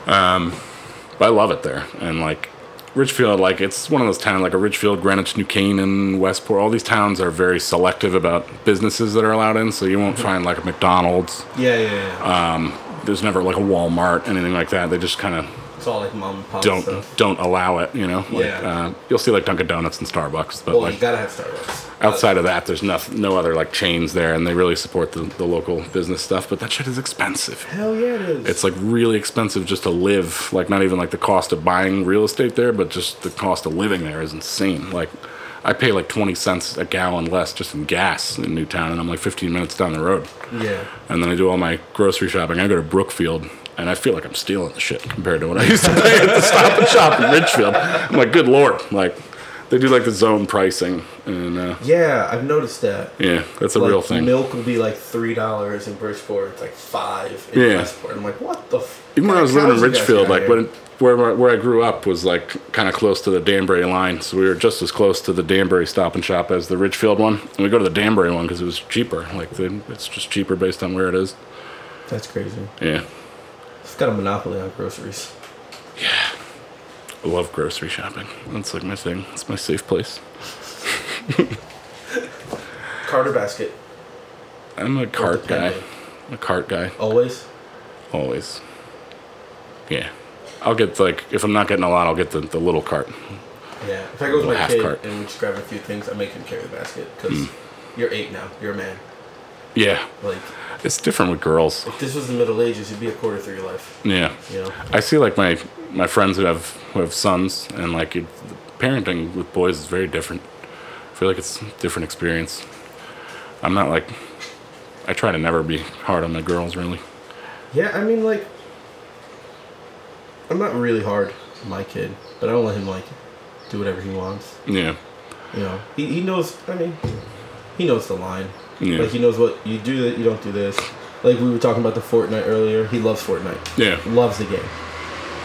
[SPEAKER 3] Um, but I love it there. And like Ridgefield, like it's one of those towns, like a Ridgefield, Greenwich, New Canaan, Westport, all these towns are very selective about businesses that are allowed in. So you won't find like a McDonald's.
[SPEAKER 2] Yeah, yeah, yeah.
[SPEAKER 3] There's never like a Walmart, anything like that. They just kind of
[SPEAKER 2] it's all like mom and pop
[SPEAKER 3] Uh, don't
[SPEAKER 2] stuff.
[SPEAKER 3] don't allow it, you know? Like,
[SPEAKER 2] Yeah.
[SPEAKER 3] uh, you'll see like Dunkin' Donuts and Starbucks, but
[SPEAKER 2] Well,
[SPEAKER 3] like
[SPEAKER 2] you gotta have Starbucks.
[SPEAKER 3] outside of that, there's no, no other like chains there, and they really support the, the local business stuff. But that shit is expensive.
[SPEAKER 2] Hell yeah, it is.
[SPEAKER 3] It's like really expensive just to live. Like not even like the cost of buying real estate there, but just the cost of living there is insane. Like I pay like 20 cents a gallon less just in gas in Newtown, and I'm like 15 minutes down the road.
[SPEAKER 2] yeah.
[SPEAKER 3] And then I do all my grocery shopping. I go to Brookfield. And I feel like I'm stealing the shit compared to what I used to pay at the Stop and Shop in Ridgefield. I'm like, good lord! Like, they do like the zone pricing, and uh,
[SPEAKER 2] Yeah, I've noticed that.
[SPEAKER 3] yeah, that's a
[SPEAKER 2] like,
[SPEAKER 3] real thing.
[SPEAKER 2] Milk would be like three dollars in Bridgeport. It's like five in
[SPEAKER 3] Yeah.
[SPEAKER 2] Westport. I'm like, what the? F-
[SPEAKER 3] Even when I was living in
[SPEAKER 2] How's you guys
[SPEAKER 3] Ridgefield,
[SPEAKER 2] got
[SPEAKER 3] like
[SPEAKER 2] here?
[SPEAKER 3] when, where where I grew up was like kind of close to the Danbury line, so we were just as close to the Danbury Stop and Shop as the Ridgefield one. And we go to the Danbury one because it was cheaper. Like the, it's just cheaper based on where it is.
[SPEAKER 2] That's crazy.
[SPEAKER 3] Yeah,
[SPEAKER 2] It's got a monopoly on groceries.
[SPEAKER 3] I love grocery shopping. That's like my thing. It's my safe place.
[SPEAKER 2] Carter Basket.
[SPEAKER 3] I'm a cart guy.
[SPEAKER 2] Depending.
[SPEAKER 3] a cart guy
[SPEAKER 2] Always.
[SPEAKER 3] always. Yeah, I'll get like if I'm not getting a lot, I'll get the, the little cart.
[SPEAKER 2] Yeah. If I go with
[SPEAKER 3] Little
[SPEAKER 2] my
[SPEAKER 3] half
[SPEAKER 2] kid
[SPEAKER 3] cart. Mm.
[SPEAKER 2] and we just grab a few things, I make him carry the basket because you're eight now. You're a man.
[SPEAKER 3] Yeah,
[SPEAKER 2] Like
[SPEAKER 3] it's different with girls.
[SPEAKER 2] if this was the Middle Ages, you'd be a quarter through your life.
[SPEAKER 3] Yeah,
[SPEAKER 2] You know.
[SPEAKER 3] I see like my my friends who have who have sons and like you, parenting with boys is very different. I feel like it's a different experience. I'm not like I try to never be hard on the girls really.
[SPEAKER 2] Yeah. I mean, like, I'm not really hard on my kid, but I don't let him like do whatever he wants.
[SPEAKER 3] Yeah,
[SPEAKER 2] You know, he, he knows. I mean, he knows the line.
[SPEAKER 3] Yeah.
[SPEAKER 2] Like he knows what you do that you don't do this. Like we were talking about the Fortnite earlier. He loves Fortnite.
[SPEAKER 3] Yeah.
[SPEAKER 2] Loves the game.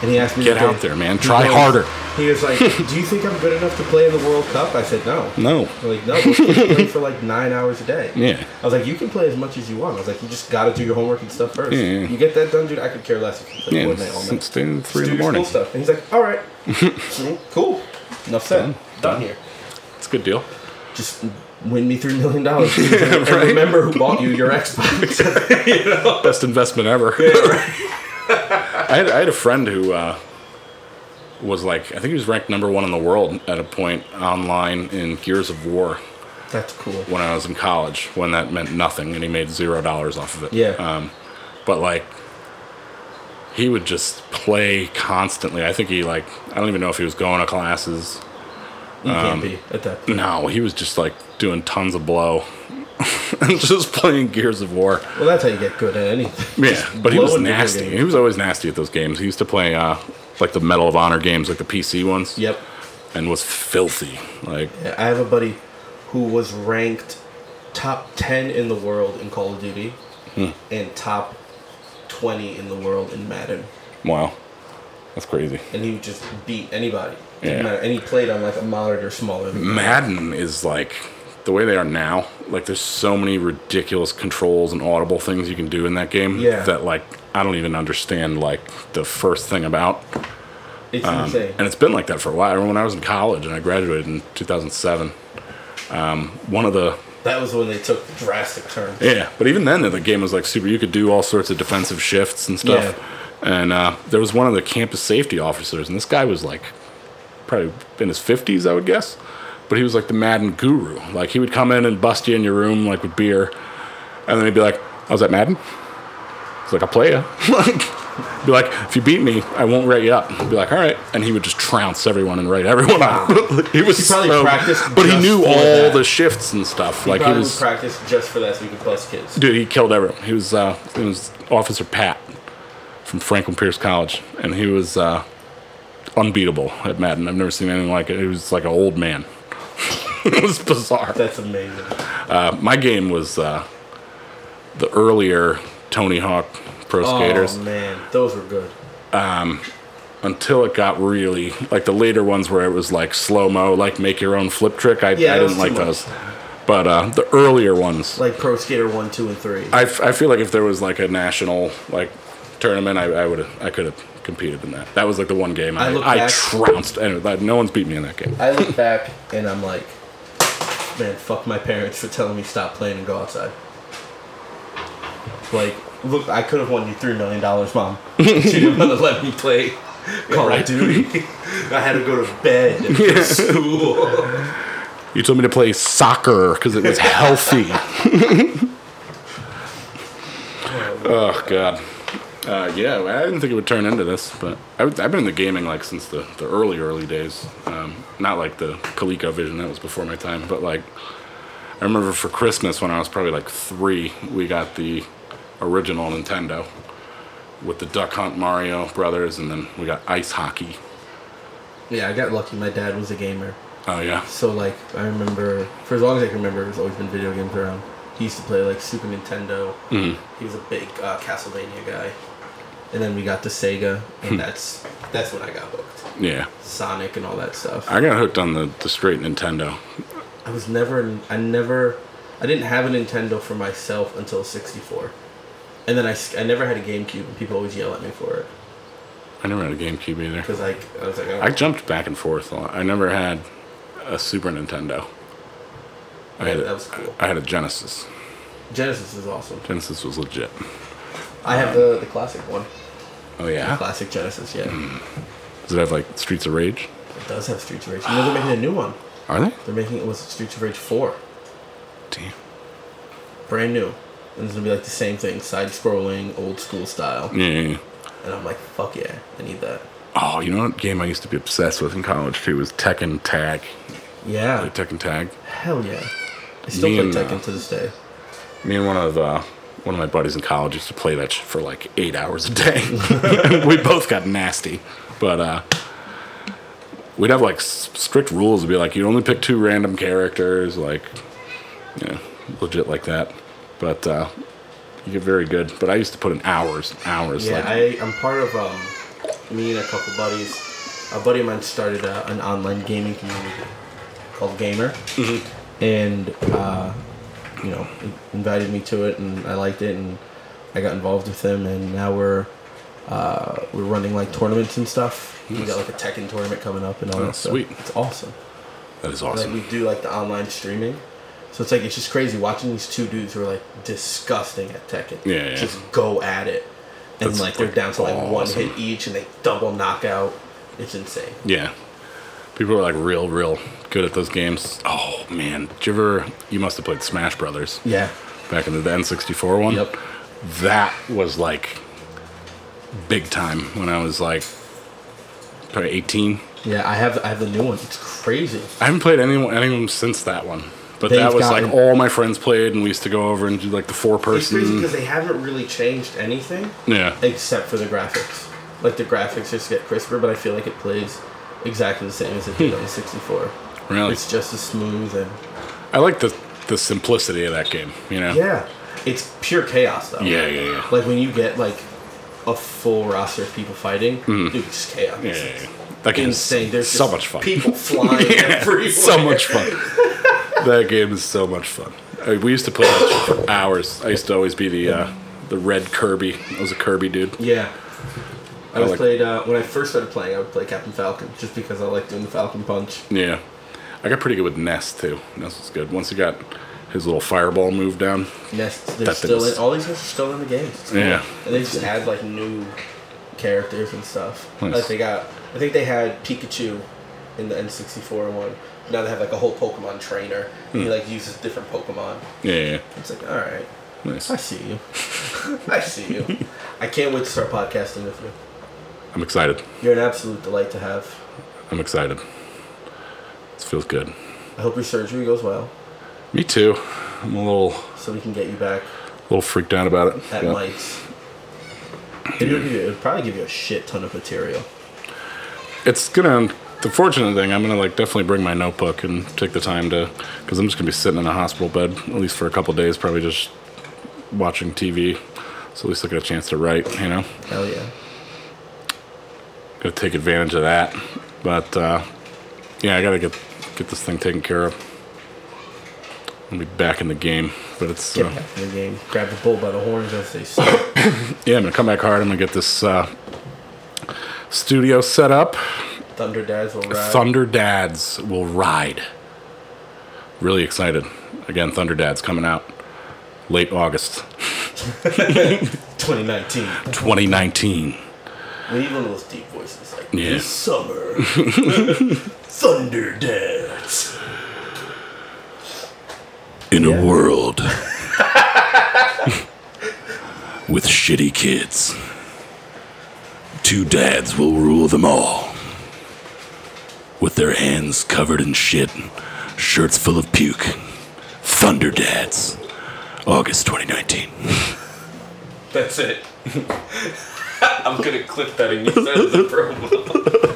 [SPEAKER 2] And he asked me,
[SPEAKER 3] Get
[SPEAKER 2] today-
[SPEAKER 3] out there, man.
[SPEAKER 2] he
[SPEAKER 3] Try
[SPEAKER 2] goes-
[SPEAKER 3] harder.
[SPEAKER 2] He was like, "Do you think I'm good enough to play in the World Cup?" I said, "No."
[SPEAKER 3] no,
[SPEAKER 2] I'm like no, we're playing for like nine hours a day.
[SPEAKER 3] Yeah.
[SPEAKER 2] I was like, you can play as much as you want. I was like, you just gotta do your homework and stuff first.
[SPEAKER 3] Yeah, yeah.
[SPEAKER 2] You get that done, dude. I could care less if you play
[SPEAKER 3] yeah,
[SPEAKER 2] one night all night.
[SPEAKER 3] it's stay in
[SPEAKER 2] Just
[SPEAKER 3] three
[SPEAKER 2] do
[SPEAKER 3] in the
[SPEAKER 2] your
[SPEAKER 3] morning.
[SPEAKER 2] school stuff. And he's like, all right, Mm, cool, enough said.
[SPEAKER 3] Done.
[SPEAKER 2] Done,
[SPEAKER 3] Done.
[SPEAKER 2] here.
[SPEAKER 3] It's a good deal.
[SPEAKER 2] Just win me three million dollars. and remember who bought you your Xbox.
[SPEAKER 3] best investment ever. I, had, I had a friend who uh, was like, I think he was ranked number one in the world at a point online in Gears of War
[SPEAKER 2] That's cool.
[SPEAKER 3] when I was in college, when that meant nothing, and he made zero dollars off of it.
[SPEAKER 2] Yeah.
[SPEAKER 3] Um, but like, he would just play constantly. I think he like, I don't even know if he was going to classes.
[SPEAKER 2] You can't
[SPEAKER 3] um,
[SPEAKER 2] be at that. point.
[SPEAKER 3] No, he was just like doing tons of blow. and just playing Gears of War.
[SPEAKER 2] Well, that's how you get good at anything.
[SPEAKER 3] Yeah, but he
[SPEAKER 2] blow
[SPEAKER 3] was
[SPEAKER 2] into their
[SPEAKER 3] nasty.
[SPEAKER 2] game.
[SPEAKER 3] He was always nasty at those games. He used to play uh, like the Medal of Honor games, like the PC ones.
[SPEAKER 2] Yep.
[SPEAKER 3] And was filthy. Like
[SPEAKER 2] Yeah, I have a buddy who was ranked top 10 in the world in Call of Duty
[SPEAKER 3] Hmm.
[SPEAKER 2] and top 20 in the world in Madden.
[SPEAKER 3] wow, that's crazy.
[SPEAKER 2] And he would just beat anybody.
[SPEAKER 3] Yeah.
[SPEAKER 2] Didn't matter. And he played on like a monitor smaller than
[SPEAKER 3] Madden is like the way they are now. Like there's so many ridiculous controls and audible things you can do in that game
[SPEAKER 2] Yeah.
[SPEAKER 3] that like I don't even understand like the first thing about.
[SPEAKER 2] It's
[SPEAKER 3] Um,
[SPEAKER 2] insane.
[SPEAKER 3] and it's been like that for a while. I remember when I was in college and I graduated in 2007. Um, one of the
[SPEAKER 2] That was when they took drastic turns.
[SPEAKER 3] Yeah, but even then, the game was like super. You could do all sorts of defensive shifts and stuff. And uh, there was one of the campus safety officers, and this guy was like probably in his 50s, I would guess. But he was like the Madden guru. Like he would come in and bust you in your room, like with beer, and then he'd be like, "I was at Madden." He's like, "I play ya." like, be like, "If you beat me, I won't write you up." I'd be like, "All right," and he would just trounce everyone and write everyone up. he was
[SPEAKER 2] probably
[SPEAKER 3] so-
[SPEAKER 2] practiced
[SPEAKER 3] but he
[SPEAKER 2] just
[SPEAKER 3] knew
[SPEAKER 2] for
[SPEAKER 3] all
[SPEAKER 2] that.
[SPEAKER 3] the shifts and stuff. like he
[SPEAKER 2] Probably
[SPEAKER 3] was
[SPEAKER 2] practice just for that so we could plus kids.
[SPEAKER 3] Dude, he killed everyone. He was uh, it was Officer Pat from Franklin Pierce College, and he was uh, unbeatable at Madden. I've never seen anything like it. He was like an old man. it was bizarre.
[SPEAKER 2] That's amazing.
[SPEAKER 3] Uh, my game was uh, the earlier Tony Hawk Pro Skaters
[SPEAKER 2] Oh man, those were good.
[SPEAKER 3] until it got really like the later ones where it was like slow mo, like make your own flip trick. I,
[SPEAKER 2] Yeah,
[SPEAKER 3] I
[SPEAKER 2] that
[SPEAKER 3] didn't
[SPEAKER 2] was
[SPEAKER 3] like
[SPEAKER 2] too much.
[SPEAKER 3] those, but uh, the earlier ones
[SPEAKER 2] Like Pro Skater 1, 2, and 3.
[SPEAKER 3] I, f- I feel like if there was like a national like tournament, I, I would I could have competed in that. That was like the one game I
[SPEAKER 2] I look
[SPEAKER 3] I,
[SPEAKER 2] back-
[SPEAKER 3] trounced. Anyway, like, no one's beat me in that game.
[SPEAKER 2] I look back and I'm like, man, fuck my parents for telling me stop playing and go outside. Like, look, I could have won you three million dollars, mom. She didn't want to let me play Call
[SPEAKER 3] Right.
[SPEAKER 2] of Duty. I had to go to bed and go to school.
[SPEAKER 3] You told me to play soccer because it was healthy. oh god. Uh, yeah, well, I didn't think it would turn into this, but I, was- I've been in the gaming like since the, the early early days. Um, not like the ColecoVision Vision that was before my time, but like I remember for Christmas when I was probably like three, we got the original Nintendo with the Duck Hunt Mario Brothers, and then we got ice hockey.
[SPEAKER 2] yeah, I got lucky. My dad was a gamer,
[SPEAKER 3] Oh yeah,
[SPEAKER 2] so like I remember for as long as I can remember, there's always been video games around. He used to play like Super Nintendo.
[SPEAKER 3] Mm-hmm.
[SPEAKER 2] He was a big uh, Castlevania guy, and then we got the Sega,
[SPEAKER 3] Hmm.
[SPEAKER 2] and that's that's when I got hooked.
[SPEAKER 3] yeah.
[SPEAKER 2] Sonic and all that stuff.
[SPEAKER 3] I got hooked on the, the straight Nintendo.
[SPEAKER 2] I was never, I never, I didn't have a Nintendo for myself until 64. And then I, s- I never had a GameCube, and people always yell at me for it.
[SPEAKER 3] I never had a GameCube either.
[SPEAKER 2] Because like, I was like, oh,
[SPEAKER 3] I jumped back and forth a lot. I never had a Super Nintendo. I had
[SPEAKER 2] that
[SPEAKER 3] a,
[SPEAKER 2] was cool.
[SPEAKER 3] I had a Genesis.
[SPEAKER 2] Genesis is awesome.
[SPEAKER 3] Genesis was legit.
[SPEAKER 2] I
[SPEAKER 3] Uh,
[SPEAKER 2] have the, the classic one.
[SPEAKER 3] Oh yeah.
[SPEAKER 2] Classic Genesis, yeah.
[SPEAKER 3] hmm. Does it have like Streets of Rage?
[SPEAKER 2] It does have Streets of Rage. You know they're making a new one.
[SPEAKER 3] Are they?
[SPEAKER 2] They're making it with Streets of Rage 4.
[SPEAKER 3] Damn.
[SPEAKER 2] Brand new. And it's gonna be like the same thing, side scrolling, old school style.
[SPEAKER 3] Yeah, yeah, yeah.
[SPEAKER 2] And I'm like, fuck yeah, I need that.
[SPEAKER 3] Oh, you know what game I used to be obsessed with in college too was Tekken Tag.
[SPEAKER 2] Yeah.
[SPEAKER 3] Like Tekken Tag.
[SPEAKER 2] Hell yeah. I still
[SPEAKER 3] Me
[SPEAKER 2] play
[SPEAKER 3] and, uh,
[SPEAKER 2] Tekken to this day.
[SPEAKER 3] Me and one of uh, one of my buddies in college used to play that shit for like eight hours a day. we both got nasty, but uh, we'd have like s- strict rules. It'd be like you only pick two random characters, like you know, legit like that. But uh, you get very good. But I used to put in hours, hours.
[SPEAKER 2] Yeah,
[SPEAKER 3] like,
[SPEAKER 2] I, I'm part of um, me and a couple buddies. A buddy of mine started uh an online gaming community called Gamer,
[SPEAKER 3] Mm-hmm.
[SPEAKER 2] and uh, you know he invited me to it, and I liked it, and I got involved with him, and now we're uh, we're running like tournaments and stuff. We got like a Tekken tournament coming up and all
[SPEAKER 3] Oh,
[SPEAKER 2] that stuff.
[SPEAKER 3] sweet.
[SPEAKER 2] It's awesome.
[SPEAKER 3] that is
[SPEAKER 2] Like
[SPEAKER 3] awesome.
[SPEAKER 2] we do like the online streaming. So it's like it's just crazy watching these two dudes who are like disgusting at Tekken.
[SPEAKER 3] Yeah, yeah.
[SPEAKER 2] Just go at it. And
[SPEAKER 3] That's,
[SPEAKER 2] like they're
[SPEAKER 3] like,
[SPEAKER 2] down to like one
[SPEAKER 3] awesome.
[SPEAKER 2] hit each and they double knockout. It's insane.
[SPEAKER 3] Yeah. People are like real, real good at those games. Oh man, did you ever? You must have played Smash Brothers
[SPEAKER 2] Yeah.
[SPEAKER 3] back in the, the N64 one.
[SPEAKER 2] Yep.
[SPEAKER 3] That was like big time when I was like probably 18.
[SPEAKER 2] Yeah, I have I have the new one. It's crazy.
[SPEAKER 3] I haven't played any any of them since that one. But
[SPEAKER 2] They've
[SPEAKER 3] that was
[SPEAKER 2] gotten-
[SPEAKER 3] like all my friends played, and we used to go over and do like the four
[SPEAKER 2] It's crazy
[SPEAKER 3] person.
[SPEAKER 2] because they haven't really changed anything
[SPEAKER 3] Yeah.
[SPEAKER 2] except for the graphics. Like the graphics just get crisper, but I feel like it plays exactly the same as it did on the 64.
[SPEAKER 3] Really?
[SPEAKER 2] It's just as smooth and
[SPEAKER 3] I like the the simplicity of that game. You know.
[SPEAKER 2] Yeah. It's pure chaos though.
[SPEAKER 3] Yeah, yeah, yeah.
[SPEAKER 2] Like when you get like a full roster of people fighting, dude, it's chaos.
[SPEAKER 3] Mm-hmm. Yeah, yeah, yeah. That
[SPEAKER 2] It's
[SPEAKER 3] game's
[SPEAKER 2] insane. There's
[SPEAKER 3] so
[SPEAKER 2] just
[SPEAKER 3] much fun.
[SPEAKER 2] People flying
[SPEAKER 3] Yeah,
[SPEAKER 2] everywhere.
[SPEAKER 3] so much fun. that game is so much fun. I, we used to play that shit for hours. I used to always be the uh, the red Kirby. I was a Kirby dude.
[SPEAKER 2] Yeah. I
[SPEAKER 3] I
[SPEAKER 2] was
[SPEAKER 3] like-
[SPEAKER 2] played uh, when I first started playing. I would play Captain Falcon just because I like doing the Falcon Punch.
[SPEAKER 3] Yeah, I got pretty good with Ness too. Ness was good. Once he got his little fireball move down.
[SPEAKER 2] Yes, they're
[SPEAKER 3] That thing
[SPEAKER 2] still
[SPEAKER 3] was-
[SPEAKER 2] in, all these guys are still in the game. It's cool.
[SPEAKER 3] Yeah.
[SPEAKER 2] and they just add like new characters and stuff.
[SPEAKER 3] Nice.
[SPEAKER 2] Like they got, I think they had Pikachu in the N64 one. Now they have like a whole Pokemon trainer. and
[SPEAKER 3] Hmm.
[SPEAKER 2] He like uses different Pokemon.
[SPEAKER 3] Yeah, yeah,
[SPEAKER 2] It's like, all right,
[SPEAKER 3] yeah. nice.
[SPEAKER 2] I see you. I see you. I can't wait to start podcasting with you.
[SPEAKER 3] I'm excited.
[SPEAKER 2] You're an absolute delight to have.
[SPEAKER 3] I'm excited. This feels good.
[SPEAKER 2] I hope your surgery goes well
[SPEAKER 3] Me too. I'm a little
[SPEAKER 2] so we can get you back
[SPEAKER 3] little freaked out about it.
[SPEAKER 2] at
[SPEAKER 3] Yeah.
[SPEAKER 2] Mike's. It would, give you, it would probably give you a shit ton of material.
[SPEAKER 3] it's gonna the fortunate thing i'm gonna like definitely bring my notebook and take the time to because i'm just gonna be sitting in a hospital bed at least for a couple days probably just watching tv so at least i get a chance to write you know
[SPEAKER 2] Hell yeah.
[SPEAKER 3] gonna take advantage of that but uh, yeah i gotta get get this thing taken care of i'll be back in the game but it's
[SPEAKER 2] Get
[SPEAKER 3] uh,
[SPEAKER 2] back in the game. Grab the bull by the horns as they say.
[SPEAKER 3] yeah i'm gonna come back hard i'm gonna get this uh, studio set up
[SPEAKER 2] Thunder Dazzle Ride.
[SPEAKER 3] Thunder Dads will ride. Really excited. Again, Thunder Dads coming out late August
[SPEAKER 2] 2019.
[SPEAKER 3] 2019.
[SPEAKER 2] We need one of those deep voices like
[SPEAKER 3] Yeah.
[SPEAKER 2] this summer. Thunder Dads.
[SPEAKER 1] In a world with shitty kids, two dads will rule them all. With their hands covered in shit, shirts full of puke. Thunder Dads, August 2019.
[SPEAKER 4] That's it. I'm gonna clip that and use that as a promo.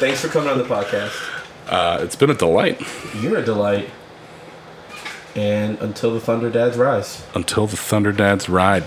[SPEAKER 2] Thanks for coming on the podcast.
[SPEAKER 3] Uh, it's been a delight
[SPEAKER 2] You're a delight. And until the Thunder Dads rise.
[SPEAKER 3] until the Thunder Dads ride.